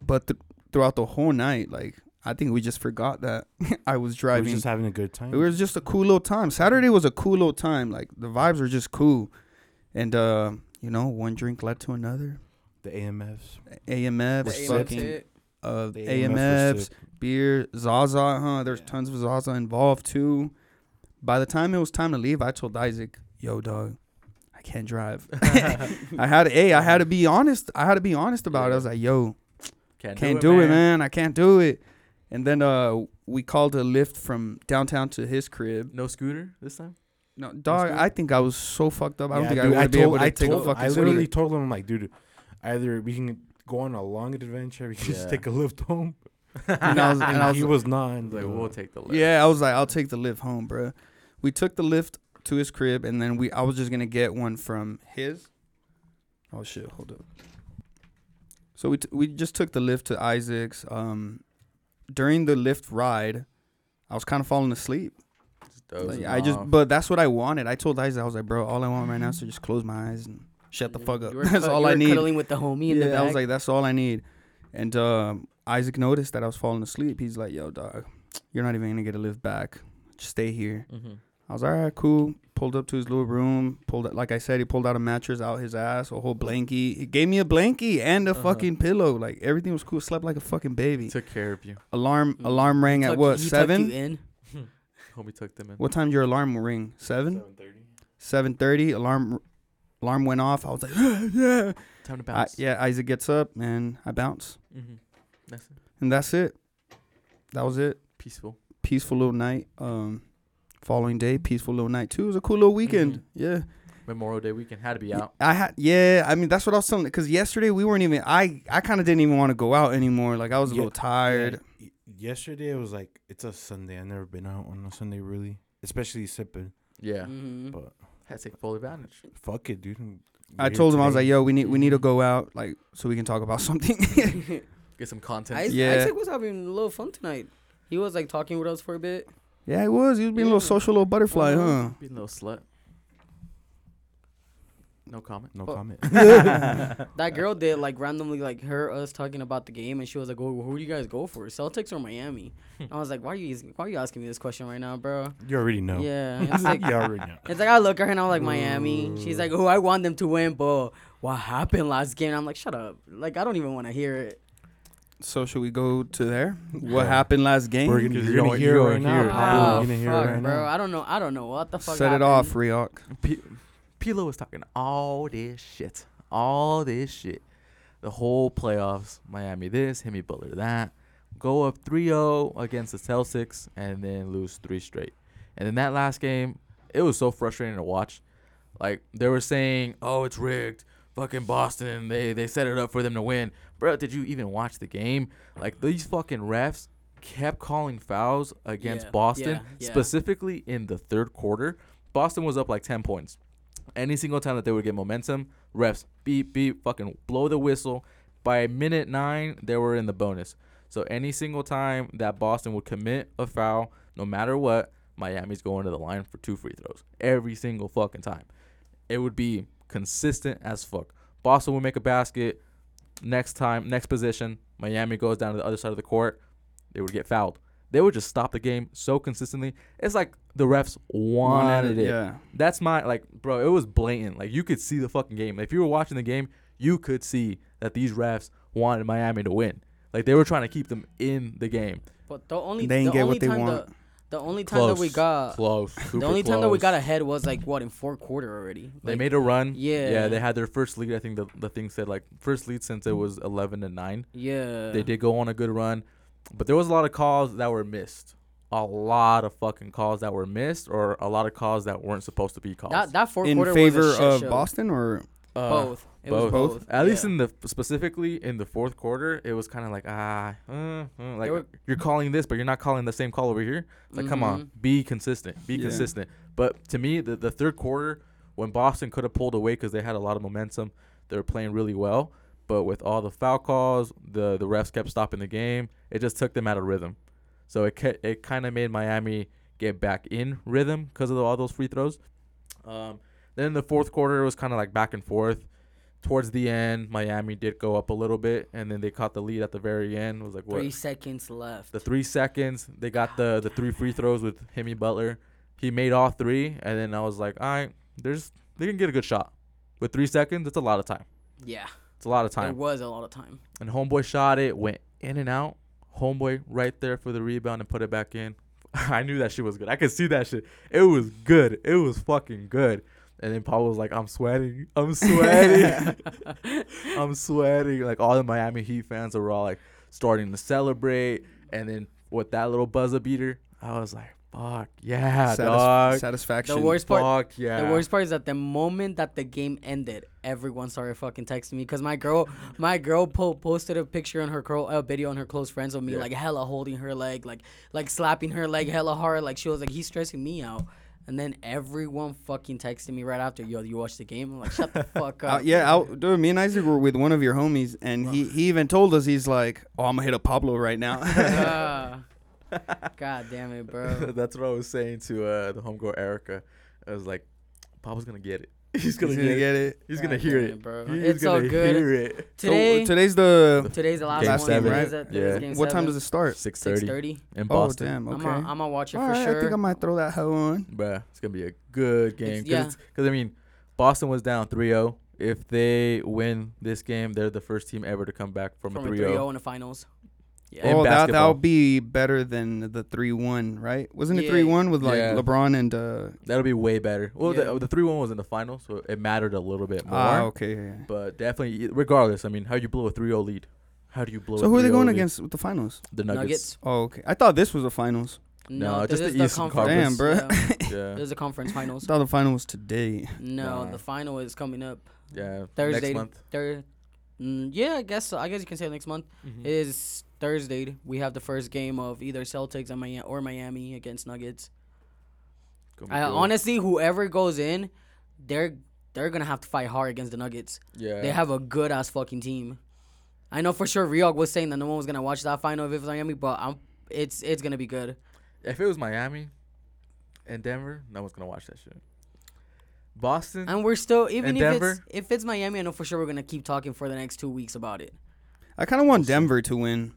S1: But th- throughout the whole night, like I think we just forgot that I was
S4: We were
S1: driving.
S4: just having a good time.
S1: it was just a cool little time. Saturday was a cool little time. Like the vibes were just cool, and uh, you know, one drink led to another.
S4: the AMFs.
S1: AMFs,
S4: The
S3: AMFs
S1: fucking
S3: hit?
S1: uh,
S4: The
S1: AMFs,
S4: was sick.
S1: beer, Zaza, huh? There's
S4: Yeah.
S1: tons of Zaza involved too. By the time it was time to leave, I told Isaac, "Yo, dog, I can't drive." I had, hey, I had to be honest. I had to be honest about it. I was like, "Yo, can't do, it, man. I can't do it." And then uh, we called a lift from downtown to his crib.
S2: No scooter this time.
S1: No, dog,
S2: good.
S1: I think I was so fucked up. I don't
S4: Yeah,
S1: think
S4: dude,
S1: I would be
S4: told-
S1: able to
S4: I
S1: take
S4: told-
S1: a fucking.
S4: I
S1: scooter.
S4: literally told him like, dude, either we can go on a long adventure, we can
S2: Yeah.
S4: just take a lift home.
S1: And I was- and I
S4: he
S1: was-
S4: was not.
S2: He's like,
S4: uh,
S2: we'll take the lift.
S1: Yeah, I was like, I'll take the lift home, bruh. we took the lift to his crib, and then we I was just gonna get one from his. Oh shit! Hold up. So we t- we just took the lift to Isaac's. Um, during the lift ride, I was kind of falling asleep.
S2: Just dozing
S1: Like, I just,
S2: off.
S1: but that's what I wanted. I told Isaac, I was like, bro, all I want right now is to just close my eyes and shut the fuck up.
S3: You were
S1: That's
S3: cud-
S1: all
S3: you
S1: I
S3: were
S1: need.
S3: Cuddling with the homie in the
S1: I was
S3: back.
S1: like, that's all I need. And um, Isaac noticed that I was falling asleep. He's like, yo, dog, you're not even gonna get a lift back. Just stay here.
S3: Mm-hmm.
S2: Mhm.
S1: I was like, all right, cool. Pulled up to his little room. Pulled, like I said, he pulled out a mattress out his ass, a whole blankie. He gave me a blankie and a
S2: Uh-huh.
S1: fucking pillow. Like everything was cool. Slept like a fucking baby.
S2: took care of you.
S1: alarm,
S3: Mm.
S1: alarm rang
S3: Tucked-
S1: at what
S3: he tucked You
S1: seven?
S3: in.
S2: Homie tucked them in.
S1: What time did your alarm ring? Seven.
S4: thirty.
S1: Seven thirty. Alarm, alarm went off. I was like, yeah,
S2: Time to
S1: I-
S2: bounce.
S1: yeah. Isaac gets up and I bounce.
S2: Mm-hmm. That's it.
S1: and that's it. That was it.
S2: peaceful.
S1: Peaceful little night. Um, following day, peaceful little night too. It was a cool little
S3: Mm-hmm.
S1: weekend.
S2: Mhm.
S1: Yeah,
S2: Memorial Day weekend had to be out.
S1: I had. Yeah, I mean that's what I was telling. Because yesterday we weren't even. I I kind of didn't even want to go out anymore. Like I was a
S4: Yeah.
S1: little tired.
S4: Y- yesterday it was like it's a Sunday. I've never been out on a Sunday really, especially sipping.
S2: Yeah,
S3: Mhm.
S4: But
S2: had to take full advantage.
S4: fuck it, dude. We're
S1: I
S4: here
S1: told him I was
S4: today.
S1: like, "Yo, we need we need
S3: Mm-hmm.
S1: to go out like so we can talk about something."
S2: Get some content.
S3: Isaac,
S1: Yeah.
S3: Isaac was having a little fun tonight. He was like talking with us for a bit.
S1: yeah, it was. He was being a little
S3: Yeah. Uh-huh.
S1: social, little butterfly, huh?
S2: Be a little slut. No comment.
S4: no
S1: oh.
S3: Fuck.
S4: comment.
S3: That girl did like randomly like her us talking about the game, and she was like, "Oh, who do you guys go for, Celtics or Miami?" And I was like, "Why are you asking- why are you asking me this question right now, bro?"
S4: You already know.
S3: Yeah, it's like
S4: you already know.
S3: it's like I look at her and I'm like Miami. She's like, "Oh, I want them to win, but what happened last game?" And I'm like, "Shut up! Like I don't even want to hear it."
S1: So should we go to there? What
S4: Yeah.
S1: happened last game?
S4: We're gonna,
S2: Because
S4: you're
S2: you
S4: gonna
S2: are-
S4: hear
S2: you
S4: it
S2: are
S4: right now.
S2: here.
S4: Pablo.
S3: Oh,
S4: You're gonna hear it
S3: fuck,
S4: right
S3: bro!
S4: now.
S3: I don't know. I don't know what the fuck.
S1: Set it
S3: happened.
S1: off, Riok.
S2: P- Pilo was talking all this shit, all this shit, the whole playoffs. Miami this, Hemi Butler that. Go up 3-0 against the Celtics and then lose three straight. And then that last game, it was so frustrating to watch. Like they were saying, "Oh, it's rigged." Fucking Boston, they they set it up for them to win. Bro, did you even watch the game? Like these fucking refs kept calling fouls against
S3: Yeah,
S2: Boston,
S3: yeah, yeah.
S2: specifically in the third quarter. Boston was up like 10 points. Any single time that they would get momentum, refs beep beep fucking blow the whistle. By minute 9, they were in the bonus. So any single time that Boston would commit a foul, no matter what, Miami's going to the line for two free throws every single fucking time. It would be consistent as fuck. Boston would make a basket. Next time, next position, Miami goes down to the other side of the court. They would get fouled. They would just stop the game so consistently. It's like the refs wanted it.
S1: Yeah.
S2: That's my like, bro. It was blatant. Like you could see the fucking game. If you were watching the game, you could see that these refs wanted Miami to win. Like they were trying to keep them in the game.
S3: But the only
S1: They ain't
S3: the
S1: get what
S3: only
S1: they
S3: time
S1: want.
S3: The, the only time
S2: Close.
S3: that we got
S2: close. Super
S3: Uh, the only time that we
S2: close.
S3: got ahead was like what in fourth quarter already.
S2: They
S3: Like,
S2: made a run.
S3: Yeah.
S2: Yeah. They had their first lead. I think the the thing said like first lead since it was eleven to nine.
S3: yeah.
S2: They did go on a good run, but there was a lot of calls that were missed. A lot of fucking calls that were missed, or a lot of calls that weren't supposed to be called.
S3: That that fourth
S1: In
S3: quarter
S1: favor
S3: was a shit
S1: of
S3: show.
S1: Boston or
S3: Both. It was
S2: Uh, both.
S3: both.
S2: At least
S3: Yeah.
S2: in the specifically in the fourth quarter, it was kind of like ah, uh, uh, like
S3: were-
S2: you're calling this, but you're not calling the same call over here. Like, come on,
S3: Mm-hmm.
S2: be consistent, be
S1: Yeah.
S2: consistent. But to me, the, the third quarter when Boston could have pulled away because they had a lot of momentum, they were playing really well. But with all the foul calls, the the refs kept stopping the game. It just took them out of rhythm. So it ca- it kind of made Miami get back in rhythm because of all those free throws. Um, then the fourth quarter was kind of like back and forth. Towards the end, Miami did go up a little bit, and then they caught the lead at the very end. It was like what
S3: three seconds left.
S2: the three seconds they got the the three free throws with Hemi Butler. He made all three, and then I was like, all right, there's they can get a good shot with three seconds. That's a lot of time.
S3: yeah.
S2: It's a lot of
S3: There
S2: time.
S3: was a lot of time.
S2: And homeboy shot it, went in and out. Homeboy right there for the rebound and put it back in. I knew that shit was good. I could see that shit. It was good. It was fucking good. And then Paul was like, I'm sweating. I'm sweating. I'm sweating. Like all the Miami Heat fans were all like starting to celebrate. And then with that little buzzer beater, I was like, fuck yeah,
S1: satis-
S2: dog.
S1: satisfaction?
S3: The worst part.
S2: fuck yeah.
S3: The worst part is that the moment that the game ended, everyone started fucking texting me because my girl, my girl po- posted a picture on her girl, a video on her close friends of me,
S2: Yeah.
S3: like hella holding her leg, like like slapping her leg hella hard, like she was like he's stressing me out, And then everyone fucking texted me right after, yo, you watched the game? I'm like, shut the fuck
S1: Uh,
S3: up.
S1: yeah, I, dude, me and Isaac were with one of your homies, and he, he even told us he's like, "Oh, I'm gonna hit a Pablo right now."
S3: Ah. God damn it, bro.
S2: That's what I was saying to uh, the homegirl Erica. I was like, Papa's gonna get it. He's
S1: He's
S2: gonna, get, it. He's gonna
S3: God
S2: hear
S3: damn
S2: it.
S3: it, bro.
S2: He's
S3: It's all
S2: gonna
S3: good.
S2: Hear it.
S1: So,
S3: Today,
S1: today's the.
S3: today's the last
S1: Game
S3: one.
S1: seven,
S3: What
S1: right?
S3: is that?
S2: Yeah.
S3: Today's game
S1: What time
S3: seven?
S1: does it start?
S2: Six
S3: Six
S2: thirty
S3: thirty.
S2: in
S1: Oh
S2: Boston.
S1: damn!
S3: I'm
S1: Okay.
S3: gonna I'm gonna watch it
S1: All
S3: for
S1: right,
S3: sure.
S1: I think I might throw that hoe on.
S2: Bruh, it's gonna be a good game.
S3: yeah.
S2: Because I mean, Boston was down 3-0. If they win this game, they're the first team ever to come back from,
S3: from
S2: a oh.
S3: a oh.
S2: 3-0.
S3: 3-0 in the finals. Yeah.
S2: And
S1: oh, that
S2: basketball.
S1: that'll be better than the three one, right? Wasn't it
S3: Yeah.
S1: three one with like
S2: Yeah.
S1: LeBron and? Uh,
S2: That'll be way better. Well,
S3: Yeah.
S2: the, the 3-1 was in the final, so it mattered a little bit more.
S1: ah, okay. yeah, yeah.
S2: But definitely, regardless, I mean, how do you blow a 3-0 lead? How do you blow?
S1: So
S2: a
S1: who are they
S2: 3-0
S1: going
S2: lead?
S1: against with the finals?
S2: The Nuggets.
S3: Nuggets.
S1: Oh, okay. I thought this was the finals.
S2: No,
S3: this
S2: just
S3: is
S2: the Eastern
S1: Damn, bro.
S3: Yeah.
S2: Yeah,
S3: There's a conference
S1: I
S3: finals.
S1: thought the final was today.
S3: No,
S2: Nah.
S3: the final is coming up.
S2: yeah.
S3: Thursday.
S2: Next month.
S3: Thir- mm, yeah, I guess I guess you can say next month
S2: Mm.
S3: It is Thursday. We have the first game of either Celtics and Miami or Miami against Nuggets.
S2: Gonna be
S3: I,
S2: good.
S3: honestly, whoever goes in, they're they're gonna have to fight hard against the Nuggets.
S2: Yeah.
S3: They have a good ass fucking team. I know for sure Riog was saying that no one was gonna watch that final if it was Miami, but I'm it's it's gonna be good.
S2: If it was Miami and Denver, no one's gonna watch that shit. Boston.
S3: And we're still even
S2: And
S3: if it's
S2: Denver?
S3: if it's Miami, I know for sure we're gonna keep talking for the next two weeks about it.
S1: I kind of want
S2: We'll see.
S1: Denver to win.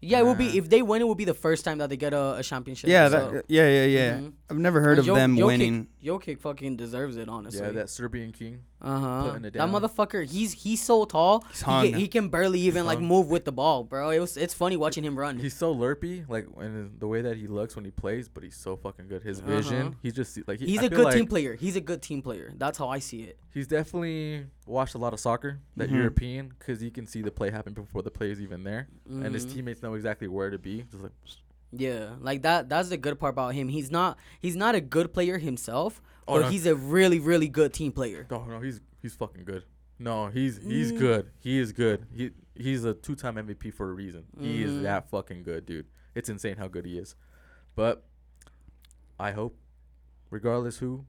S3: Yeah, it will be
S2: Nah.
S3: if they win, it will be the first time that they get a, a championship.
S1: Yeah,
S3: so-
S1: that, yeah, yeah, yeah.
S3: Mhm.
S1: I've never heard
S3: And
S1: of
S3: Jok-
S1: them
S3: Jokic-
S1: winning.
S3: Jokic fucking deserves it, honestly.
S2: yeah, that Serbian king.
S3: Uh huh.
S2: putting
S3: That
S2: it down.
S3: motherfucker, he's he's so tall.
S1: He's
S3: he,
S1: hung.
S3: can, he can barely even like
S2: hung.
S3: move with the ball, bro. It was it's funny watching him run.
S2: He's so lurpy, like and the way that he looks when he plays, but he's so fucking good. His vision,
S3: Uh-huh.
S2: he's just like he,
S3: he's
S2: I
S3: a
S2: feel
S3: good
S2: like
S3: team player. He's a good team player. That's how I see it.
S2: He's definitely watched a lot of soccer, that
S3: Mm-hmm.
S1: Mhm.
S2: European, 'cause European, because you can see the play happen before the play is even there, and his
S3: Mhm.
S2: teammates know exactly where to be. Just like
S3: Mm-hmm. Yeah, like that. That's the good part about him. He's not he's not a good player himself,
S2: Oh,
S3: but
S2: no.
S3: he's a really really good team player.
S2: Oh no, he's he's fucking good. No, he's he's
S3: Mm.
S2: good. He is good. He he's a two-time MVP for a reason. He is
S3: Mhm.
S2: that fucking good, dude. It's insane how good he is. But I hope, regardless who,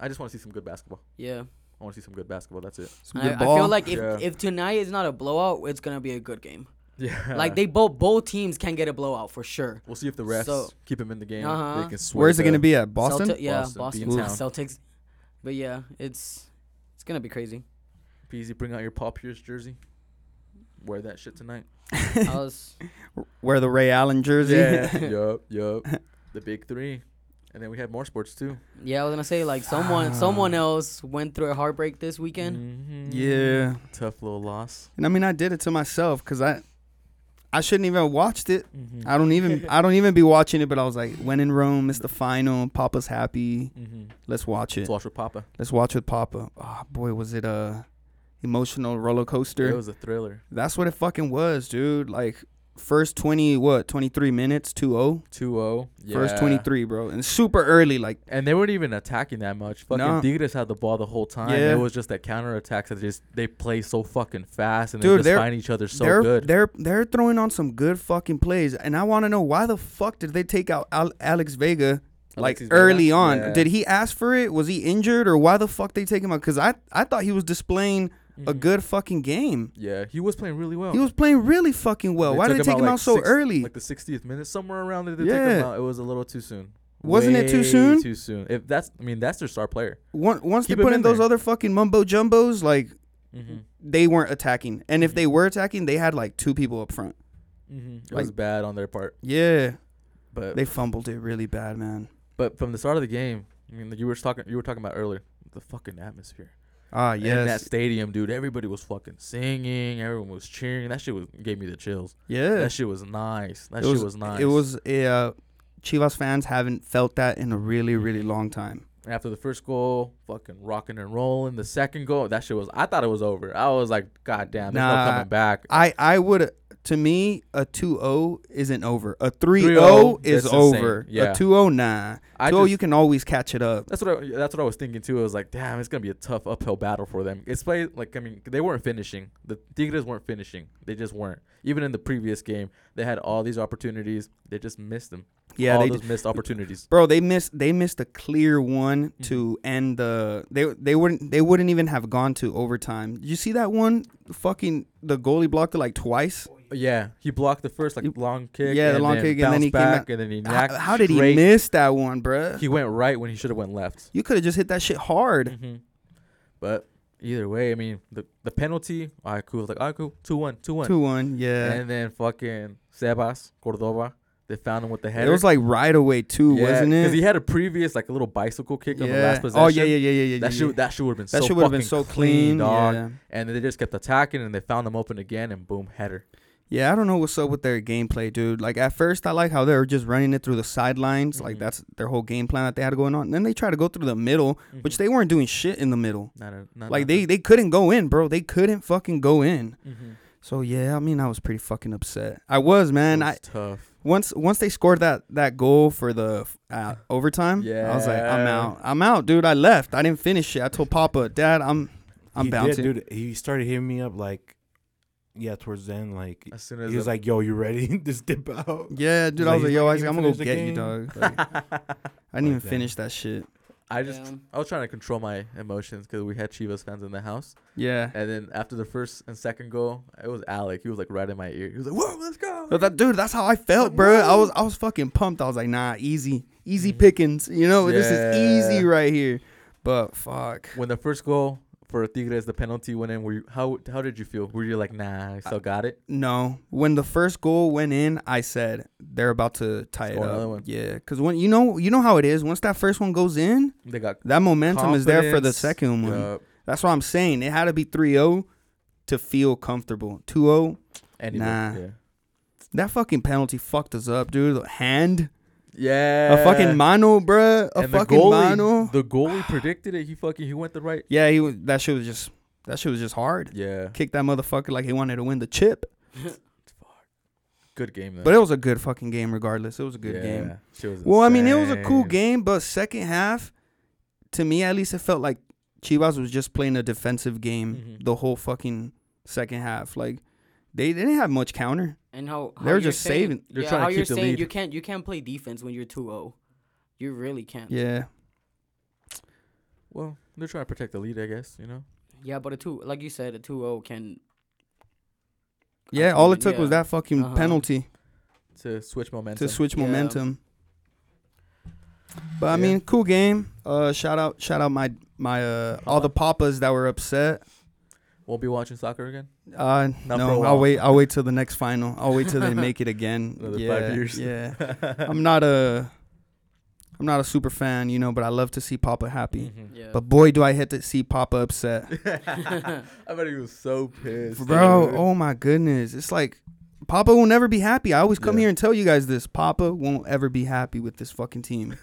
S2: I just want to see some good basketball.
S3: Yeah,
S2: I want to see some good basketball. That's it.
S1: Some
S3: I,
S1: good
S3: I
S1: ball.
S3: feel like if
S2: Yeah.
S3: if tonight is not a blowout, it's gonna be a good game.
S2: Yeah.
S3: Like they both both teams can get a blowout for sure.
S2: We'll see if the refs
S3: So-
S2: keep him in the game. They
S3: Uh-huh.
S2: can swear
S1: Where's it gonna be at? Boston.
S3: Celtic- yeah,
S2: Boston,
S3: Boston,
S2: be in
S3: yeah,
S2: town.
S3: Celtics. But yeah, it's it's gonna be crazy.
S2: Peasy, bring out your Paul Pierce jersey. Wear that shit tonight.
S3: I was.
S1: Wear the Ray Allen jersey.
S2: yup. Yup. The big three, and then we have more sports too.
S3: Yeah, I was gonna say like someone someone
S1: Ah.
S3: else went through a heartbreak this weekend.
S2: Mhm.
S1: yeah.
S2: Tough little loss.
S1: And I mean, I did it to myself because I, I shouldn't even have watched it.
S2: Mm-hmm.
S1: I don't even, I don't even be watching it. But I was like, when in Rome, it's the final. Papa's happy.
S2: Mm-hmm.
S1: Let's watch it.
S2: Let's watch with Papa.
S1: Let's watch with Papa. Oh boy, was it a emotional roller coaster?
S2: It was a thriller.
S1: That's what it fucking was, dude. Like first twenty, what twenty three minutes, 2-0.
S2: 2-0. Yeah.
S1: oh. First twenty three, bro, and super early. Like
S2: And they weren't even attacking that much. Fucking
S1: No.
S2: Tigres had the ball the whole time.
S1: Yeah.
S2: It was just that counter attacks that just they play so fucking fast and
S1: Dude,
S2: they
S1: they're-
S2: just find each other so
S1: they're
S2: good.
S1: they're they're throwing on some good fucking plays, and I want to know why the fuck did they take out Al- Alex Vega like
S2: Alexis Vega?
S1: early on?
S2: Yeah.
S1: Did he ask for it? Was he injured, or why the fuck they take him out? Because I I thought he was displaying a
S2: Mhm.
S1: good fucking game.
S2: Yeah, he was playing really well.
S1: He was playing really fucking well. why did they take him out,
S2: like
S1: so
S2: six-
S1: early?
S2: Like the 60th minute, somewhere around there. They take
S1: Yeah.
S2: him out. It was a little too soon.
S1: Wasn't it too
S2: Way
S1: soon?
S2: Too soon. If that's, I mean, that's their star player.
S1: Once, once they
S2: Keep him
S1: put in
S2: in
S1: those
S2: there.
S1: other fucking mumbo jumbos, like
S2: Mm-hmm.
S1: they weren't attacking. And
S2: Hmm.
S1: if they were attacking, they had like two people up front.
S2: Mm-hmm. It was
S1: Like-
S2: bad on their part,
S1: Yeah,
S2: but
S1: they fumbled it really bad, man.
S2: but from the start of the game, I mean, you were talking, you were talking about earlier the fucking atmosphere.
S1: Ah,
S2: in that
S1: yes,
S2: stadium, dude. Everybody was fucking singing. Everyone was cheering. That shit was gave me the chills.
S1: yeah.
S2: That shit was nice. That
S1: It
S2: shit
S1: was-
S2: was, nice.
S1: It was a uh, Chivas fans haven't felt that in a really, really
S2: Mm-hmm.
S1: long time.
S2: after the first goal, fucking rocking and rolling. The second goal, that shit was. I thought it was over. I was like, God damn, there's
S1: Nah.
S2: no coming back.
S1: I I would to me, a 2-0 isn't over. A 3-0,
S2: 3-0,
S1: is
S2: oh, that's
S1: over.
S2: insane. Yeah.
S1: A 2-0, nah.
S2: I
S1: 2-0,
S2: just-
S1: you can always catch it up.
S2: That's what I, that's what I was thinking too. I was like, damn, it's gonna be a tough uphill battle for them. It's play like I mean, they weren't finishing. The Tigres weren't finishing. They just weren't. Even in the previous game, they had all these opportunities. They just missed them.
S1: Yeah,
S2: all
S1: they
S2: those missed opportunities.
S1: Bro, they missed they missed a clear one
S2: Mm-hmm.
S1: to end the they they wouldn't they wouldn't even have gone to overtime. Did you see that one? Fucking the goalie blocked it like twice.
S2: Yeah, he blocked the first like
S1: You-
S2: long kick.
S1: yeah, the
S2: and
S1: long
S2: then
S1: kick, and then
S2: bounced
S1: he came
S2: back,
S1: out-
S2: and then he
S1: How,
S2: knocked.
S1: how did he
S2: straight.
S1: miss that one, bruh?
S2: He went right when he should have went left.
S1: you could have just hit that shit hard.
S2: hmm But either way, I mean, the the penalty. All right, cool. Like all right, cool. Two one, two one.
S1: Two one, yeah.
S2: And then fucking Sebas Cordova, they found him with the header.
S1: it was like right away too,
S2: Yeah,
S1: wasn't it?
S2: he had a previous like a little bicycle kick on the last possession.
S1: Oh yeah, yeah, yeah, yeah, yeah.
S2: That
S1: yeah,
S2: shit,
S1: yeah.
S2: that shit would have been
S1: That
S2: so
S1: shit
S2: would have
S1: been so
S2: clean,
S1: clean.
S2: dog.
S1: Yeah.
S2: And they just kept attacking, and they found him open again, and boom, header.
S1: yeah, I don't know what's up with their gameplay, dude. Like at first, I like how they're just running it through the sidelines, like
S2: Mhm.
S1: that's their whole game plan that they had going on. Then they try to go through the middle, which they weren't doing shit in the middle.
S2: not a, Mm-hmm. not
S1: Like they they couldn't go in, bro. They couldn't fucking go in.
S2: mm
S1: So yeah, I mean, I was pretty fucking upset. I was, man. I
S2: tough.
S1: once once they scored that that goal for the uh, overtime, I was like, I'm
S2: Yeah.
S1: out. I'm out, dude. I left. I didn't finish it. I told Papa, Dad, I'm I'm
S4: He did,
S1: bouncing.
S4: dude. He started hitting me up like, yeah, towards the end. Like
S2: As soon as
S4: he was
S2: the-
S4: like, "Yo, you ready? Just dip out."
S1: Yeah, dude. I was
S4: He's
S1: like, yo,
S4: like,
S1: Isaac,
S4: "You
S1: I'm gonna go
S4: finished the
S1: get you,
S4: game?"
S1: dog. Like, I didn't
S4: Like
S1: even
S4: that.
S1: finish that shit.
S2: I just
S3: Yeah.
S2: I was trying to control my emotions because we had Chivas fans in the house,
S1: Yeah.
S2: and then after the first and second goal, it was Alec. He was like right in my ear. He was like, "Whoa, let's go!"
S1: But that dude, that's how I felt, bro. I was I was fucking pumped. I was like, nah, easy, easy pickings. You know, this is easy
S2: Yeah.
S1: right here. But fuck.
S2: when the first goal for Tigres, the penalty went in, were you, how how did you feel? Were you like, nah, I still got it?
S1: No, when the first goal went in, I said they're about to tie
S2: Score
S1: it
S2: another
S1: up.
S2: one.
S1: Yeah, because when you know you know how it is. Once that first one goes in,
S2: They got
S1: that momentum is there for the
S2: confidence.
S1: second one.
S2: Yup.
S1: That's what I'm saying. It had to be 3-0 to feel comfortable. 2-0,
S2: Anyway,
S1: Nah.
S2: yeah.
S1: that fucking penalty fucked us up, dude. The hand,
S2: Yeah.
S1: a fucking mano, bruh, a
S2: And
S1: fucking
S2: the goalie,
S1: mano.
S2: The goalie predicted it. He fucking he went the right.
S1: Yeah, he was, that shit was just that shit was just hard.
S2: Yeah.
S1: Kicked that motherfucker like he wanted to win the chip.
S2: Good game though.
S1: But it was a good fucking game, regardless. It was a good
S2: Yeah.
S1: game.
S2: She was
S1: Well, I mean, it was a cool
S2: insane.
S1: game, but second half, to me at least, it felt like Chivas was just playing a defensive game
S3: Mm-hmm.
S2: Mhm.
S1: the whole fucking second half. Like they, they didn't have much counter.
S3: And how, how
S1: They were
S3: you're
S1: just
S3: saying-
S1: saving-
S2: They're
S3: yeah,
S2: trying to
S3: how
S2: keep
S3: you're
S2: the
S3: saying
S2: lead.
S3: you can't you can't play defense when you're 2-0. You really can't.
S1: Yeah,
S2: Well, they're trying to protect the lead, I guess. You know.
S3: Yeah, but a two like you said, a 2-0 can
S1: yeah.
S3: I
S1: All
S3: mean,
S1: it took was
S3: yeah.
S1: that fucking
S3: Uh-huh.
S1: penalty
S2: To switch momentum.
S1: to switch
S3: Yeah.
S1: momentum. But I
S2: Yeah.
S1: mean, cool game. Uh, shout out, shout out my my uh, all the papas that were upset.
S2: Won't be watching soccer again.
S1: Uh,
S2: Not for a
S1: no,
S2: while.
S1: I'll wait. I'll wait till the next final. I'll wait till they make it again.
S2: Another five
S1: yeah,
S2: years.
S1: yeah. I'm not a I'm not a super fan, you know, but I love to see Papa happy.
S2: Mhm.
S3: yeah.
S1: But boy, do I hate to see Papa upset.
S2: I bet he was so pissed,
S1: Bro,
S2: dude.
S1: oh my goodness. It's like Papa will never be happy. I always come
S2: Yeah.
S1: here and tell you guys this. Papa won't ever be happy with this fucking team.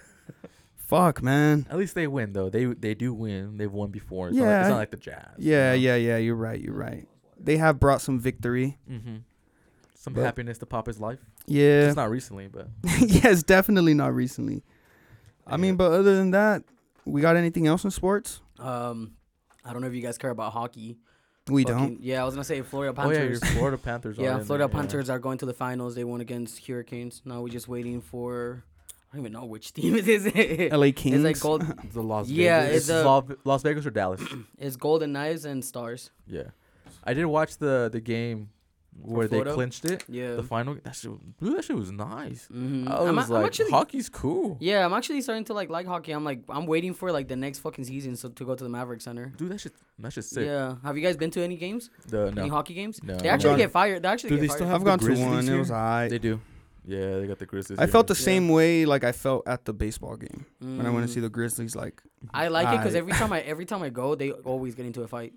S1: Fuck, man.
S2: At least they win though. They they do win. They've won before. It's, not, like,
S1: Yeah.
S2: it's not like the Jazz.
S1: Yeah, yeah, yeah, you're right, you're right. They have brought some victory.
S2: Mm-hmm. Some
S1: But-
S2: happiness to pop his life.
S1: Yeah.
S2: It's not recently, but
S1: yes, definitely not recently.
S2: Yeah.
S1: I mean, but other than that, we got anything else in sports?
S3: um I don't know if you guys care about hockey.
S1: We
S3: Fucking-
S1: don't.
S3: Yeah, I was gonna say Florida
S2: oh yeah, your
S3: Panthers.
S2: Florida Panthers. are
S3: yeah,
S2: in
S3: Florida
S2: there, yeah.
S3: Panthers are going to the finals. They won against Hurricanes. Now we're just waiting for I don't even know which team it is. it's
S1: LA Kings.
S3: like gold
S4: The Las
S3: Yeah,
S4: Vegas.
S2: It's
S3: it's uh, a-
S2: Las, Las Vegas or Dallas.
S3: it's Golden Knights and Stars.
S2: yeah, I did watch the the game where they
S3: Florida?
S2: clinched it.
S3: Yeah.
S2: The final. That shit, dude, that shit was nice.
S3: Mhm.
S2: I was
S3: I'm, a- I'm
S2: like,
S3: actually
S2: hockey's cool.
S3: Yeah, I'm actually starting to like like hockey. I'm like I'm waiting for like the next fucking season so to go to the Maverick Center.
S2: Dude, that shit, that shit sick.
S3: Yeah. Have you guys been to any games?
S2: The
S3: Any
S2: no,
S3: hockey games?
S2: No.
S3: They actually
S1: Gone.
S3: get fired. They actually
S4: Do
S3: get
S4: they
S3: fired.
S4: still
S1: I've
S4: The
S1: gone to
S4: Grizzlies
S1: one. It
S4: here?
S1: was I.
S2: they do. Yeah, they got the Grizzlies.
S1: I felt the
S2: here.
S1: same way like I felt at the baseball game when I went
S3: Mm.
S1: to see the Grizzlies. Like,
S3: I like it 'cause
S1: I-
S3: it because every time I every time I go, they always get into a fight.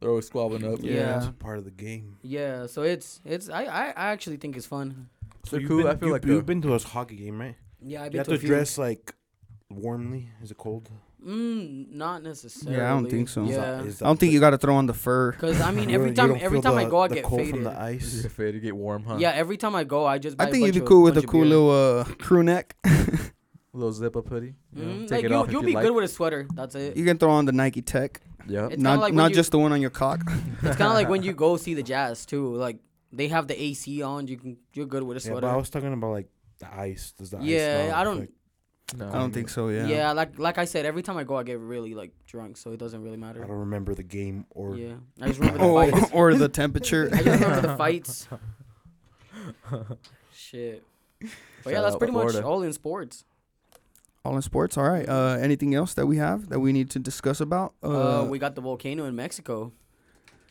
S2: They're always squabbling up.
S3: Yeah.
S4: It's part of the game.
S3: Yeah, so it's it's I I, I actually think it's fun.
S2: So
S4: you've
S2: cool.
S4: Been,
S2: I feel
S4: you,
S2: like the-
S4: you've been to a hockey game, right?
S3: Yeah, I've
S4: You
S3: been
S4: have
S3: to a
S4: to
S3: few.
S4: dress like warmly. Is it cold?
S3: Mm, not necessarily.
S1: I don't think so.
S4: Is
S3: Yeah.
S4: that- is
S1: I don't think
S4: that the-
S1: you got to throw on the fur.
S3: Cause I mean,
S4: you
S3: every
S4: don't- you
S3: time,
S4: don't
S3: every
S4: feel
S3: time I
S4: the-
S3: go, I
S4: the
S3: get
S4: cold
S3: faded.
S4: From the ice.
S2: You fade, you get warm, huh?
S3: Yeah, every time I go, I just. Buy
S1: I
S3: a
S1: think you'd
S3: bunch
S1: be
S3: of-
S1: cool with a
S3: bunch of
S1: cool
S3: beer.
S1: little uh, crew neck.
S2: little zip up hoodie. you know,
S3: Mhm,
S2: Take
S3: Like
S2: it
S3: you,
S2: off. if
S3: you'll
S2: you
S3: be
S2: like.
S3: good with a sweater. That's it.
S1: you can throw on the Nike Tech,
S2: Yeah.
S3: It's kinda
S1: not
S3: like when
S1: not
S3: you-
S1: just the one on your cock.
S3: It's kind of like when you go see the Jazz too. Like they have the AC on. You can. You're good with a
S4: Yeah, but I
S3: sweater.
S4: was talking about like the ice. Does the ice
S3: Yeah,
S4: melt?
S3: I don't-
S4: Like,
S2: No,
S1: I don't think so.
S3: Yeah.
S1: Yeah.
S3: like like I said, every time I go, I get really like drunk, so it doesn't really
S4: I
S3: matter.
S4: don't remember the game or
S3: Yeah, I just remember
S1: Or,
S3: the fights.
S1: or the temperature.
S3: I just remember the fights. Shit. But yeah,
S2: Shout
S3: that's
S2: out
S3: pretty much
S2: Florida.
S3: all in sports.
S1: All in sports. All right. Uh, anything else that we have that we need to discuss about?
S3: Uh,
S1: Uh,
S3: we got the volcano in Mexico.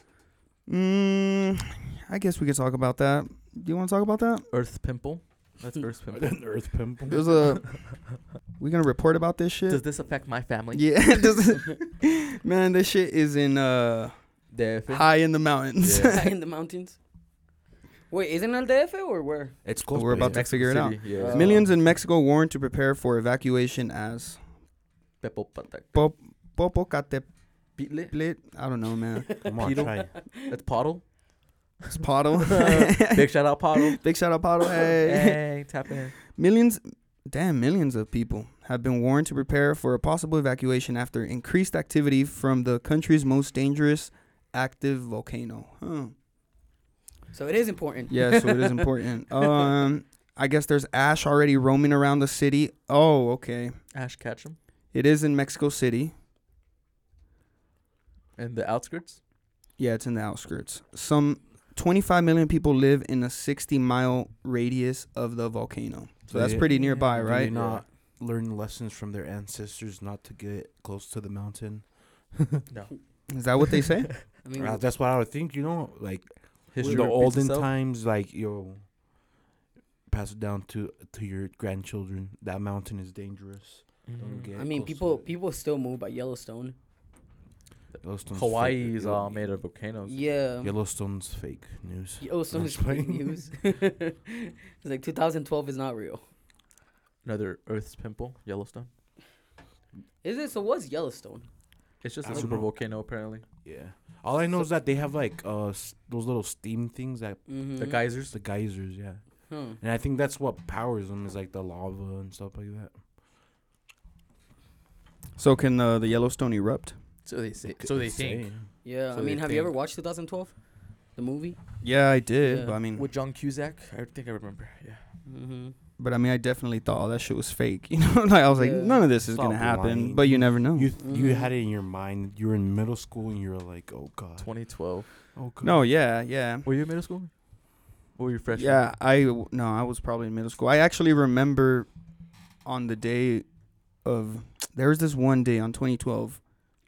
S1: mm, I guess we could talk about that. Do you want to talk about that?
S2: Earth pimple. That's earth pimple.
S4: an earth pimple.
S1: There's a. we gonna report about this shit.
S2: Does this affect my family?
S1: yeah. does it- man, this shit is in uh
S2: DF.
S1: high in the mountains.
S2: Yeah.
S3: in the mountains. Wait, isn't it El DF or where?
S2: It's
S4: close
S1: We're about
S4: by.
S1: to figure it out.
S2: Yeah.
S3: Uh,
S1: Millions in Mexico warned to prepare for evacuation as
S2: Popocatépetl.
S1: Pop- Popocatépetl. I don't know, man.
S4: Come on,
S2: Pedo.
S4: try.
S2: It's Pottle.
S1: It's Pottle.
S2: Big shout out Pottle.
S1: Big shout out, Pottle. Hey.
S2: Hey, tap in.
S1: Millions, damn, millions of people have been warned to prepare for a possible evacuation after increased activity from the country's most dangerous active volcano. Huh.
S3: So it is important.
S1: Yeah, so it is important. Um, I guess there's ash already roaming around the city. Oh, okay.
S2: Ash Ketchum.
S1: It is in Mexico City.
S2: In the outskirts.
S1: Yeah, it's in the outskirts. Some 25 million people live in a 60 mile radius of the volcano. So that's
S4: Yeah.
S1: pretty nearby,
S4: Do
S1: right?
S4: they not learn lessons from their ancestors not to get close to the mountain?
S1: Is that what they say?
S3: I mean,
S4: Uh, that's what I would think. You know, like
S2: History
S4: the
S2: repeats
S4: olden
S2: itself.
S4: times, like yo, pass it down to to your grandchildren. That mountain is dangerous. Don't
S2: Mhm.
S4: get
S3: I mean,
S4: close to
S3: people
S4: it.
S3: people still move by Yellowstone.
S4: Yellowstone's fake-
S2: Hawaii is uh,
S4: Yellow-
S2: all made of volcanoes.
S3: Yeah. um,
S4: Yellowstone's fake news.
S3: Yellowstone is
S4: That's
S3: fake
S4: why-
S3: news. it's like 2012 is not real.
S2: Another Earth's pimple, Yellowstone.
S3: Is it? So what's Yellowstone?
S2: It's just
S4: I
S2: a
S4: don't
S2: super
S4: know.
S2: volcano, apparently.
S4: Yeah. All I know is that they have like uh s- those little steam things that
S3: Mm-hmm.
S2: The geysers.
S4: the geysers, yeah.
S3: Huh.
S4: And I think that's what powers them is like the lava and stuff like that.
S1: so can uh, the Yellowstone erupt?
S2: So they say.
S4: Could
S2: So they
S4: say.
S2: think.
S3: Yeah.
S2: So
S3: I
S2: they
S3: mean, have you ever
S2: think-
S3: watched 2012? The movie?
S1: Yeah, I did.
S3: Yeah.
S1: But I mean,
S2: With John Cusack, I think I remember. Yeah.
S3: Mm-hmm.
S1: but I mean, I definitely thought all that shit was fake. You know, like I was like,
S3: Yeah.
S1: none of this is
S4: Stop
S1: gonna happen.
S4: lying.
S1: But you never know.
S4: You you
S3: Mhm.
S4: had it in your mind. You were in middle school and you were like, oh god,
S2: 2012.
S4: oh god.
S1: no, yeah, yeah,
S2: Were you in middle school? Or were you freshman?
S1: yeah. I w- no, I was probably in middle school. I actually remember on the day of there was this one day on 2012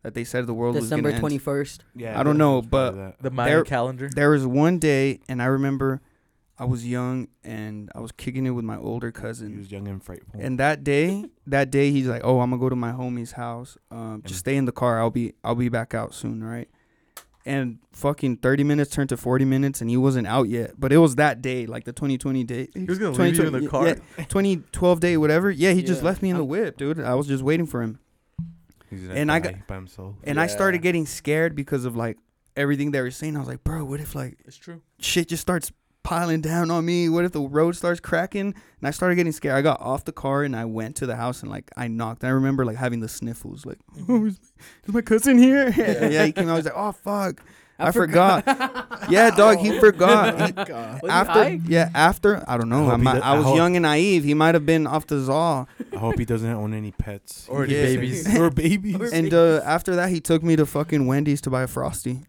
S1: that they said the world
S3: December
S1: was gonna end.
S3: 21st.
S4: yeah.
S1: I don't know,
S4: it's probably that.
S2: The Mayan
S1: There-
S2: calendar.
S1: There was one day, and I remember I was young and I was kicking it with my older
S4: he
S1: cousin.
S4: was young and frightful.
S1: And that day, that day, he's like, "Oh, I'm gonna go to my homie's house. Um, just stay in the car. I'll be, I'll be back out soon, right?" And fucking thirty minutes turned to forty minutes, and he wasn't out yet. But it was that day, like the 2020 day.
S2: He was gonna leave you in the car.
S1: 2012 day, whatever. Yeah, he just
S3: Yeah.
S1: left me in the
S3: I'm-
S1: whip, dude. I was just waiting for him,
S4: He's gonna
S1: and I got-
S4: die by himself.
S1: and I started getting scared because of like everything they were saying. I was like, "Bro, what if like
S2: It's true.
S1: shit just starts piling down on me? What if the road starts cracking? And I started getting scared. I got off the car and I went to the house and like I knocked. And I remember like having the sniffles, like, oh, is, is my cousin here? Yeah. he came out. He's like, oh fuck, I, forgot. Oh yeah, dog, he forgot. He-
S3: Was he
S1: after
S3: high?
S1: yeah, after I don't know.
S4: I
S1: I,
S4: hope he
S1: might,
S4: did-
S1: I
S4: I
S1: was
S4: hope-
S1: young and naive. He might have been off the Zaw.
S4: I
S2: Oh,
S4: hope he doesn't own any pets
S2: Or any
S1: Yeah.
S2: babies.
S4: or babies.
S3: Or-
S1: And uh, after that, he took me to fucking Wendy's to buy a frosty.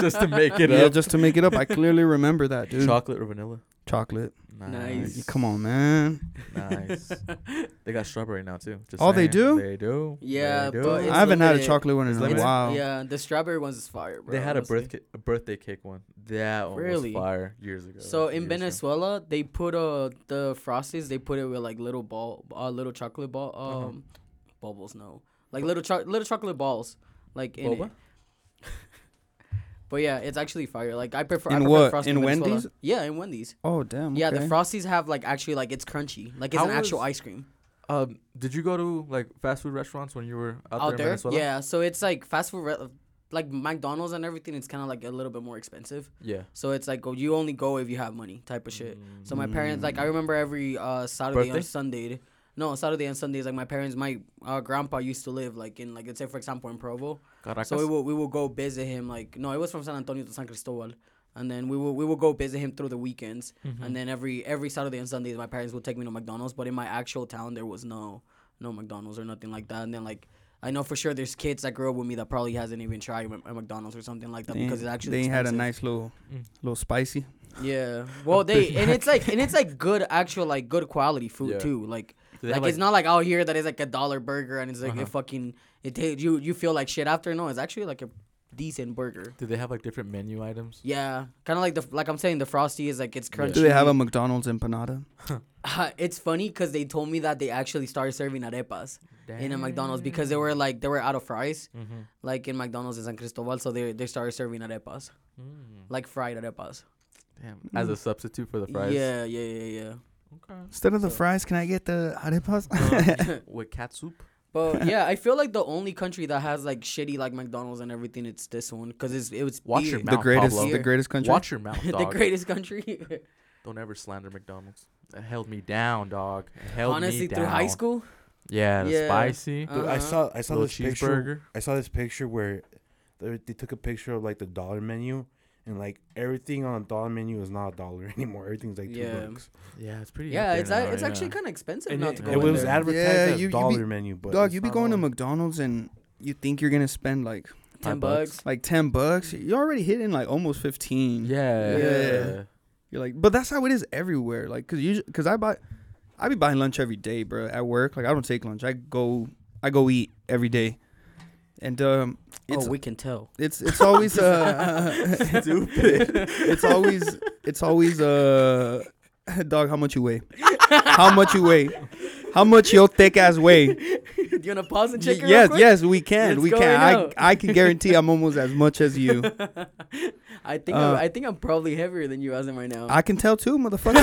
S2: just to make it
S1: yeah,
S2: up.
S1: just to make it up. I clearly remember that, dude.
S2: Chocolate or vanilla.
S1: Chocolate.
S3: Nice.
S1: Come on, man.
S2: Nice. they got strawberry now too. Just
S1: Oh, they
S2: saying.
S1: do?
S2: They do.
S3: Yeah,
S2: They
S3: but
S2: do.
S3: It's
S1: I haven't had a
S3: limited.
S1: chocolate one in
S2: It's
S1: a
S2: limited?
S1: while.
S3: Yeah, the strawberry ones is fire, bro.
S2: they had a
S3: honestly.
S2: birthday a birthday cake one. That one
S3: Really?
S2: was fire years ago.
S3: So in
S2: years ago.
S3: Venezuela, they put uh the frosties. They put it with like little ball, uh, little chocolate ball, um,
S2: Uh-huh.
S3: bubbles. No, like little cho- little chocolate balls, like in
S2: Boba?
S3: It. But yeah, it's actually fire. Like I prefer. I
S1: In
S3: prefer
S1: what?
S3: Frosty
S1: In
S3: Venezuela.
S1: Wendy's?
S3: Yeah, in Wendy's.
S1: Oh damn.
S3: Yeah, the
S1: okay.
S3: frosties have like actually like it's crunchy, like it's
S2: How
S3: an actual
S2: was-
S3: ice cream.
S2: Um, did you go to like fast food restaurants when you were out,
S3: out,
S2: in
S3: there.
S2: Venezuela?
S3: Yeah, so it's like fast food, re- like McDonald's and everything. It's kind of like a little bit more expensive.
S2: Yeah. Mm.
S3: So it's like oh, you only go if you have money type of shit. So my parents like I
S1: Mm.
S3: remember every uh, Saturday
S2: Birthday?
S3: and Sunday. No, Saturday and Sundays like my parents, my uh, grandpa used to live like in like let's say for example in Provo.
S2: Caracas.
S3: So we will we will go visit him like no, it was from San Antonio to San Cristobal. And then we will we will go visit him through the weekends,
S2: Mm-hmm.
S1: Mm-hmm.
S3: and then every every Saturday and Sundays my parents would take me to McDonald's. But in my actual town, there was no no McDonald's or nothing like that. And then like I know for sure there's kids that grew up with me that probably hasn't even tried a McDonald's or something like that
S1: They
S3: because
S1: ain't-
S3: it's actually
S1: they ain't had a
S3: expensive.
S1: nice little
S2: Mm.
S1: little spicy.
S3: Yeah. Well, they and it's like and it's like good actual like good quality food
S2: Yeah.
S3: too. Like
S2: Do they
S3: like,
S2: have,
S3: it's not like out here that is like a dollar burger and it's like
S2: Uh-huh.
S3: it fucking it ta- you you feel like shit after. No, it's actually like a decent burger.
S2: Do they have like different menu items?
S3: Yeah, kind of like the like I'm saying the frosty is like it's
S2: Yeah.
S3: crunchy.
S1: Do they have a McDonald's empanada?
S3: it's funny because they told me that they actually started serving arepas in a McDonald's because they were like they were out of fries,
S2: Mm-hmm.
S3: like in McDonald's in San Cristobal, so they they started serving arepas,
S2: Mm.
S3: like fried arepas.
S2: Damn. As a substitute for the fries.
S3: Yeah, yeah, yeah, yeah.
S2: Okay.
S1: Instead of the
S3: So-
S1: fries, can I get the arepas?
S2: With cat soup.
S3: But yeah, I feel like the only country that has like shitty like McDonald's and everything, it's this one because it's it was
S2: Watch your
S3: beer.
S1: the
S2: Mount
S1: greatest,
S2: Pablo.
S1: the greatest country.
S2: Watch your mouth, dog.
S3: the greatest country.
S2: Don't ever slander McDonald's. It held me down, dog. It held me
S3: Honestly,
S2: down.
S3: through high school,
S2: Yeah, the
S3: Yeah.
S2: spicy.
S3: Uh,
S4: Dude, I
S3: Uh-huh.
S4: saw I saw
S2: little
S4: this picture.
S2: cheeseburger.
S4: I saw this picture where they, they took a picture of like the dollar menu, and like everything on the dollar menu is not a dollar anymore. Everything's like two
S3: Yeah.
S4: bucks.
S2: Yeah, it's pretty.
S3: yeah,
S2: up there
S3: it's a-
S2: now,
S3: it's
S2: yeah.
S3: actually kind of expensive
S4: And
S3: now
S4: it,
S3: to
S2: it
S3: go.
S4: it
S3: in
S4: was
S3: there.
S4: advertised
S1: Yeah,
S4: as
S1: you- you be-
S4: dollar menu, but
S1: Dog,
S4: it's
S1: you be
S4: not
S1: going to
S4: all-
S1: McDonald's and you think you're gonna spend like
S3: ten
S2: Five bucks.
S3: bucks.
S1: like ten bucks. You're already hitting like almost fifteen.
S2: Yeah.
S1: Yeah. You're like, but that's how it is everywhere. Like, cause usually, cause I buy, I be buying lunch every day, bro. At work, like I don't take lunch. I go, I go eat every day, and um, it's
S3: oh, we can tell.
S1: it's it's always uh, stupid. It's always it's always uh, dog. How much you weigh? How much you weigh? How much your thick ass weigh?
S3: Do you wanna pause and
S1: Y-
S3: check? it real
S1: yes,
S3: quick?
S1: yes, we can,
S3: It's
S1: we
S3: going
S1: can. I
S3: out.
S1: I can guarantee I'm almost as much as you.
S3: I think
S1: Uh,
S3: I'm, I think I'm probably heavier than you as am right now.
S1: I can tell too, motherfucker.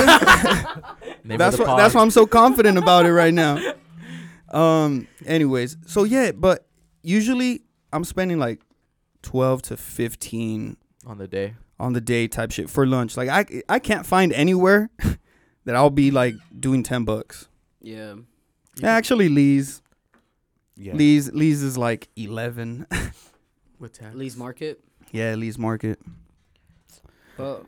S2: Name
S1: that's
S2: of the
S1: why that's
S2: pod.
S1: why I'm so confident about it right now. Um. Anyways, so yeah, but usually I'm spending like twelve to fifteen
S2: on the day.
S1: on the day type shit for lunch. Like I I can't find anywhere that I'll be like doing ten bucks.
S3: yeah.
S1: Actually, Lee's
S4: Yeah.
S1: Lee's Lee's is like eleven.
S2: With tax.
S3: Lee's Market.
S1: yeah, Lee's Market.
S3: But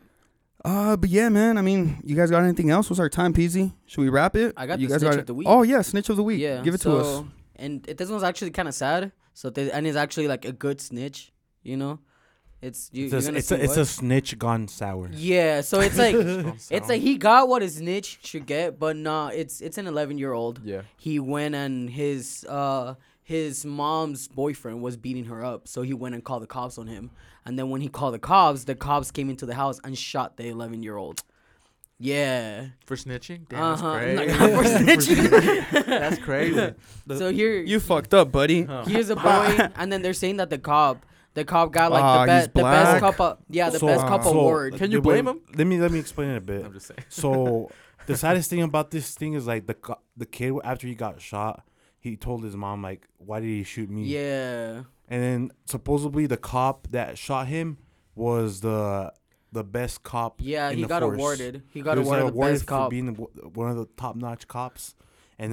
S1: Uh, but yeah, man. I mean, you guys got anything else? What's our time, Peasy? Should we wrap it?
S3: I got
S1: you
S3: the
S1: guys
S3: snitch of the week.
S1: Oh yeah, snitch of the week.
S3: yeah,
S1: give it to us.
S3: so- And it, this one's actually kind of sad. So th- and it's actually like a good snitch. You know, it's you.
S4: It's,
S3: you're
S4: a,
S3: gonna
S4: it's,
S3: see
S4: a, it's
S3: what?
S4: a snitch gone sour.
S3: Yeah, so it's like it's
S2: Sound.
S3: like he got what his niche should get, but nah, it's it's an 11 year old.
S2: Yeah.
S3: He went and his uh his mom's boyfriend was beating her up, so he went and called the cops on him. And then when he called the cops, the cops came into the house and shot the 11 year old. Yeah.
S2: For snitching? Damn,
S3: Uh huh.
S2: that's crazy. that's crazy.
S3: so here
S1: You fucked up, buddy.
S3: here's a boy, and then they're saying that the cop, the cop got like
S1: Ah,
S3: the best,
S1: he's
S3: the best
S1: black.
S3: cop, uh, yeah, the
S4: So-
S3: best cop
S4: so-
S3: award.
S2: Can you
S4: Wait, wait,
S2: blame him?
S4: Let me let me explain it a bit.
S2: I'm just saying.
S4: So the saddest thing about this thing is like the co- the kid after he got shot, he told his mom like, "Why did he shoot me?"
S3: Yeah.
S4: And then supposedly the cop that shot him was the the best cop.
S3: Yeah,
S4: in
S3: he
S4: the
S3: got
S4: force.
S3: awarded. He
S4: He
S3: got
S4: was
S3: awarded the
S4: awarded
S3: best
S4: for
S3: cop.
S4: being the, one of the top notch cops. And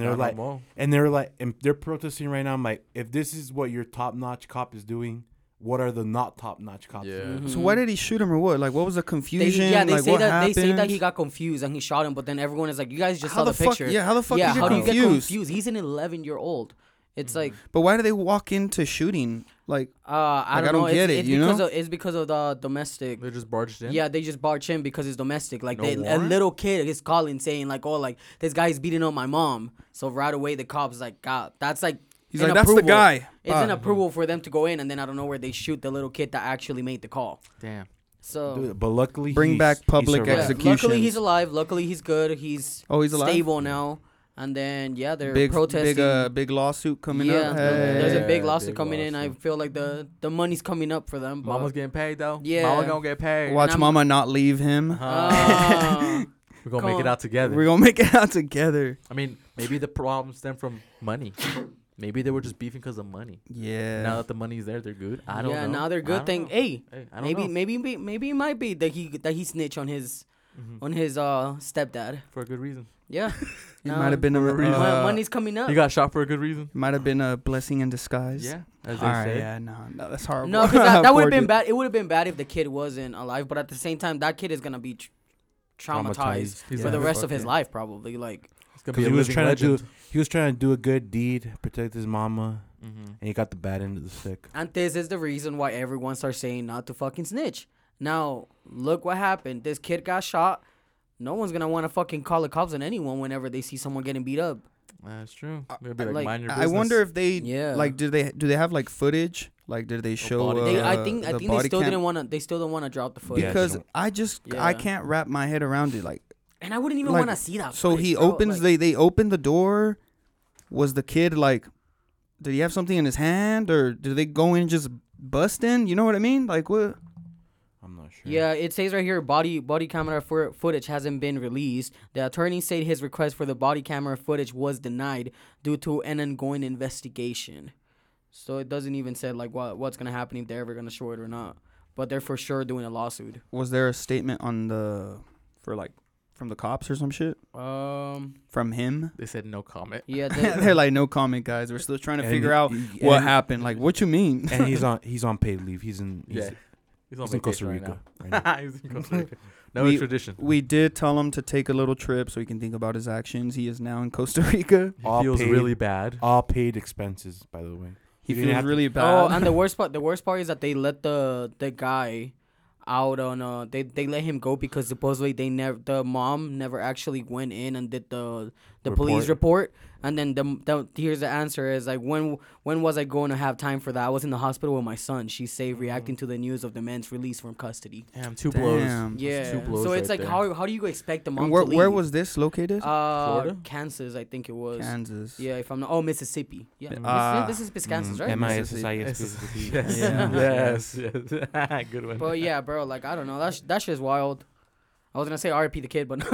S2: I
S4: they're
S2: don't
S4: like,
S2: know.
S4: and they're like, and they're protesting right now. I'm like, if this is what your top notch cop is doing, what are the not top notch cops?
S2: Yeah.
S4: doing?
S1: So why did he shoot him or what? Like what was the
S3: Mm-hmm. They,
S1: confusion?
S3: yeah, they
S1: like,
S3: say
S1: what
S3: that
S1: happened?
S3: they say that he got confused and he shot him, but then everyone is like, "You guys just
S1: how
S3: saw the,
S1: the, fuck?
S3: picture."
S1: Yeah, how the fuck
S3: yeah,
S1: you
S3: how
S1: get
S3: do you get
S1: confused? Mm.
S3: confused? He's an 11 year old. It's like
S1: But why do they walk into shooting? Like
S3: uh, I,
S1: Like,
S3: don't
S1: I don't
S3: know. It's-
S1: get it,
S3: it's,
S1: you
S3: because
S1: know?
S3: of, it's because of the domestic.
S2: They just barged in.
S3: Yeah, they just barge him because it's domestic. Like
S2: No
S3: they, a
S2: warrant?
S3: little kid is calling saying like, "Oh, like this guy's beating up my mom." So right away the cops like, "God, that's like."
S1: He's
S3: an
S1: like, "That's the
S3: approval."
S1: guy.
S3: It's an
S1: Ah.
S3: approval for them to go in, and then I don't know where they shoot the little kid that actually made the call.
S2: Damn.
S3: So
S4: Dude, but luckily,
S1: Bring
S4: he-
S1: back
S4: he
S1: public
S4: survived.
S3: Yeah, Luckily,
S1: executions.
S3: he's alive. Luckily, he's good. He's
S1: Oh, he's alive?
S3: stable now. And then yeah, they're
S1: big
S3: protesting.
S1: big uh, big lawsuit coming
S3: yeah,
S1: up.
S3: there's a
S1: Hey.
S3: big
S2: Hey,
S3: lawsuit
S2: big
S3: coming in. I
S2: lawsuit.
S3: feel like the the money's coming up for them. But,
S2: Mama's getting paid though.
S3: Yeah.
S2: Mama gonna get paid.
S1: Watch
S3: and I'm-
S1: mama not leave him.
S2: Huh.
S3: Ah.
S2: We're gonna
S3: Come
S2: make it
S3: on.
S2: out together.
S1: We're gonna make it out together.
S2: I mean, Maybe the problem stemmed from money. Maybe they were just beefing because of money.
S1: Yeah.
S2: Now that the money's there, they're good. I don't
S3: yeah,
S2: know.
S3: now they're
S2: I
S3: good.
S2: don't
S3: Thing.
S2: know.
S3: Hey,
S2: Hey, I don't
S3: maybe
S2: know.
S3: maybe be- maybe it might be that he that he snitched on his
S2: Mhm.
S3: on his uh stepdad.
S2: for a good reason.
S3: Yeah,
S1: it
S3: now
S1: might have been a,
S2: for a reason.
S3: mon-
S1: uh,
S3: money's coming up.
S2: He got shot for a good reason.
S1: might have been a blessing in disguise.
S2: Yeah, as they
S1: All right.
S2: say.
S1: Yeah. No, no, that's horrible.
S3: No, 'cause that, that
S1: Poor
S3: would have been
S1: dude.
S3: bad. It would have been bad if the kid wasn't alive. But at the same time, that kid is gonna be tr- traumatized,
S2: He's
S3: for the
S2: gonna-
S3: rest
S1: fuck
S3: of his
S1: yeah.
S3: life, probably. Like,
S2: It's gonna
S4: Because he was trying to do
S2: do.
S4: he was trying to do a good deed, protect his mama,
S2: Mm-hmm.
S4: and he got the bad end of the stick.
S3: and this is the reason why everyone starts saying not to fucking snitch. Now, look what happened. This kid got shot. No one's gonna want to fucking call the cops on anyone whenever they see someone getting beat up.
S2: That's true.
S1: I-
S2: Maybe
S3: I
S2: like,
S3: Uh, like-
S2: mind your
S1: I
S2: business.
S1: wonder if they
S3: Yeah.
S1: like do they do they have like footage? Like did they show?
S2: body
S1: Uh,
S3: They, I think,
S1: the
S3: I think they
S1: body
S3: still
S1: cam?
S3: didn't want to. They still don't want to drop the footage.
S4: Yeah,
S1: because
S4: they don't-
S1: I just I
S3: Yeah.
S1: can't wrap my head around it. Like
S3: and I wouldn't even
S1: like,
S3: want to see that.
S1: so he
S3: footage, bro,
S1: opens
S3: like-
S1: they they opened the door. Was the kid like? Did he have something in his hand, or did they go in and just bust in? You know what I mean? Like what?
S4: I'm not sure.
S3: Yeah, it says right here body body camera for footage hasn't been released. The attorney said his request for the body camera footage was denied due to an ongoing investigation. So it doesn't even say like what what's gonna happen if they're ever gonna show it or not. But they're for sure doing a lawsuit.
S1: Was there a statement on the for like from the cops or some shit
S3: Um.
S1: from him?
S2: they said no comment.
S3: Yeah. They,
S1: They're like, no comment, guys. We're still trying to
S4: And
S1: figure
S4: he-
S1: out
S4: he-
S1: what
S4: and-
S1: happened. Like, what you mean?
S4: And he's on he's on paid leave. He's in he's,
S2: Yeah. He's on
S4: he's in Costa
S2: vacation right
S4: Rica. right now.
S2: now. He's in Costa Rica. No
S1: We-
S2: extradition.
S1: We did tell him to take a little trip so he can think about his actions. He is now in Costa Rica.
S2: He
S4: All
S2: feels
S4: paid.
S2: really bad.
S4: All paid expenses, by the way.
S1: He
S4: You
S1: feels
S4: didn't have to- Mm,
S1: really bad.
S3: oh, and the worst part the worst part is that they let the the guy out on uh they they let him go because supposedly they never the mom never actually went in and did the the police report and then the, the here's the answer is like when when was I going to have time for that I was in the hospital with my son she say reacting to the news of the man's release from custody
S2: Damn, two blows.
S1: Damn.
S3: yeah
S2: two blows
S3: so it's
S2: right
S3: like how how do you expect the mom
S1: And where,
S3: to leave?
S1: where was this located?
S3: uh
S2: Florida?
S3: Kansas I think it was
S1: Kansas.
S3: yeah if I'm not oh Mississippi yeah
S1: Ah.
S3: this, is, this is
S4: Mm.
S3: Kansas right
S4: M-I-S-S-I-S.
S2: Yes.
S1: Yeah.
S2: Yes. yes. Good one.
S3: But yeah, bro, like I don't know. That's that's just wild. I was gonna say RIP the kid, but no,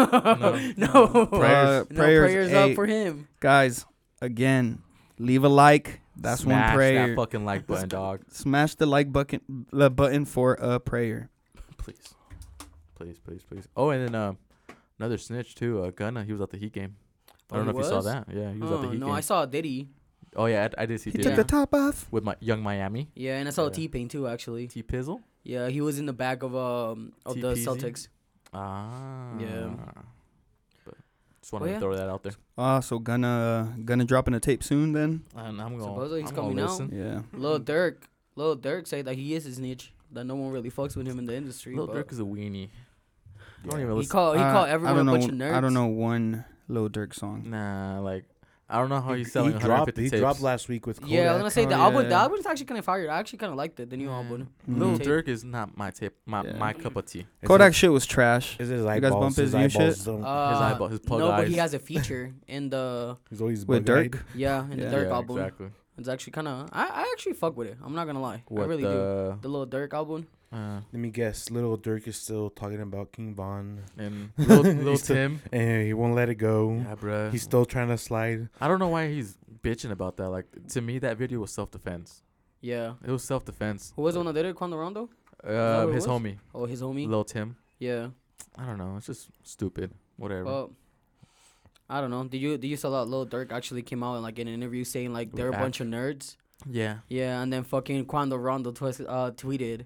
S2: No.
S3: no,
S1: Prayers.
S3: No, prayers,
S1: Hey,
S3: up for him.
S1: Guys, again, leave a like. That's
S2: Smash
S1: one prayer.
S2: that fucking like button, dog.
S1: Smash the like button, the button for a prayer.
S2: Please. Please, please, please. Oh, and then um, another snitch too. Uh, Gunna. He was at the Heat game. I
S3: Oh,
S2: don't know
S3: he
S2: if you saw
S3: was?
S2: that. Yeah, he was at
S3: Oh,
S2: the Heat
S3: no,
S2: game.
S3: I saw Diddy.
S2: oh yeah, I, I did see
S1: He
S2: Diddy
S1: took the top off.
S2: with my young Miami.
S3: Yeah, and I saw
S2: Yeah.
S3: T Pain too, actually.
S2: T Pizzle.
S3: Yeah, he was in the back of um of the
S2: TPZ?
S3: Celtics.
S2: Ah. But just wanted
S3: Oh,
S2: to
S3: yeah.
S2: throw that out there.
S1: Ah, so gonna gonna drop in a tape soon then.
S2: And I'm going.
S3: Supposedly he's
S2: I'm gonna
S3: coming out.
S2: listen.
S1: Yeah.
S3: Lil Dirk, Lil Dirk said that he is his niche. That no one really fucks with him in the industry.
S2: Lil
S3: but
S2: Durk is a weenie. I don't
S4: Yeah.
S2: even
S3: he
S2: listen.
S3: called Oh, he
S1: Uh,
S3: called everyone
S1: I don't
S3: a
S1: know.
S3: bunch of nerds.
S1: I don't know one Lil Durk song.
S2: Nah, like I don't know how he's selling
S4: he
S2: 150
S4: dropped, he
S2: tapes.
S1: Mm-hmm.
S4: dropped last week with Kodak.
S3: Yeah, I was gonna say the
S1: Oh,
S3: album.
S1: yeah.
S3: The album's actually kind of fired. I actually kind of liked it. The new
S2: Yeah.
S3: album.
S1: Mhm.
S2: Lil
S3: Tape.
S2: Durk is not my tape, my,
S1: Yeah.
S2: my cup of tea.
S4: Is
S1: Kodak
S4: it-
S1: shit was trash.
S4: Is it his
S1: guys bump
S4: eyeballs? His
S1: his new shit?
S4: eyeballs don't.
S3: Uh,
S2: eyeball- his plug
S3: no, but he
S2: eyes.
S3: has a feature in the
S4: He's always
S1: With
S4: bug-eyed.
S1: Dirk?
S3: yeah in
S1: Yeah.
S3: the Dirk album.
S2: Exactly.
S3: It's actually kind of I, I actually fuck with it. I'm not gonna lie,
S2: What
S3: I really do.
S2: the,
S3: The little Dirk album.
S2: Uh,
S4: Let me guess. Little Dirk is still talking about King Von,
S2: and little,
S4: He
S2: little
S4: still-
S2: Tim.
S4: and he won't let it go.
S2: Yeah, bruh.
S4: He's still trying to slide.
S2: I don't know why he's bitching about that. Like to me, that video was self defense.
S3: Yeah.
S2: It was self defense.
S3: Who was the one that did it? Quando Rondo?
S2: Uh,
S3: what it
S2: his
S3: was?
S2: homie,
S3: Oh, his homie.
S2: Lil Tim.
S3: yeah.
S2: I don't know. It's just stupid. Whatever.
S3: Well, I don't know. Did you did you saw that Lil Dirk actually came out and like in an interview saying like they're a
S2: Act.
S3: bunch of nerds.
S2: yeah.
S3: Yeah, and then fucking Quando Rondo twas- uh, tweeted.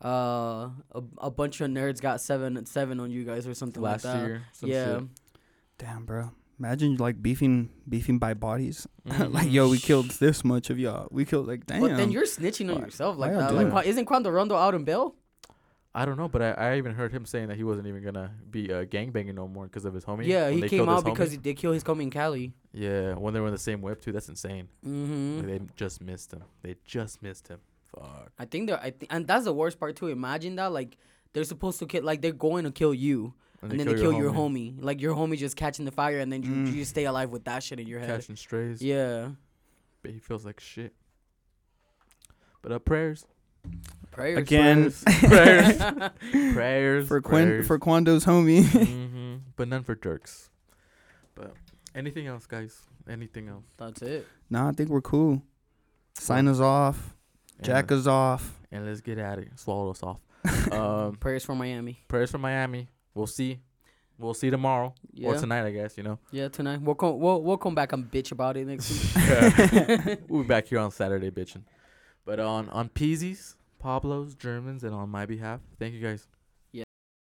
S3: Uh, a, a bunch of nerds got seven seven on you guys or something
S2: Last
S3: like that.
S2: year. Some
S3: yeah,
S2: Shit.
S1: Damn, bro. Imagine like beefing beefing by bodies. like
S2: Mhm.
S1: yo, we killed this much of y'all. We killed like damn.
S3: but then you're snitching on
S1: Why-
S3: yourself
S1: why
S3: like
S1: y'all
S3: that.
S1: do
S3: Like,
S2: that?
S3: why- isn't Quando Rondo out in bail?
S2: I don't know, but I, I even heard him saying that he wasn't even gonna be uh, gangbanging no more because of his homie.
S3: yeah,
S2: when
S3: he
S2: they
S3: came
S2: killed his
S3: out because
S2: homie.
S3: they killed his homie in Cali.
S2: yeah, when they were in the same web too. That's insane.
S3: Mm-hmm.
S2: Like, they just missed him. They just missed him. Fuck.
S3: I think they're. I think, and that's the worst part too. Imagine that, like they're supposed to kill, like they're going to kill you, and, then they kill your homie. Like your homie just catching the fire, and then you,
S1: Mm.
S3: you just stay alive with that shit in your head.
S2: Catching strays.
S3: Yeah,
S2: But he feels like shit. But uh, prayers.
S3: prayers.
S1: again
S2: prayers, prayers Mm-hmm.
S1: for Quinn for Quando's homie.
S2: hmm but none for Dirks. But Anything else, guys? Anything else?
S3: That's it.
S1: Nah, I think we're cool. Sign us off. Jack us off.
S2: And, and let's get at it. Swallow us off. um,
S3: Prayers for Miami.
S2: prayers for Miami. We'll see. We'll see tomorrow
S3: Yeah.
S2: or tonight, I guess. You know,
S3: Yeah, tonight we'll come. We'll, we'll come back and bitch about it next week.
S2: we'll be back here on Saturday, bitching. But on on Peasy's, Pablo's, Germans, and on my behalf, thank you guys.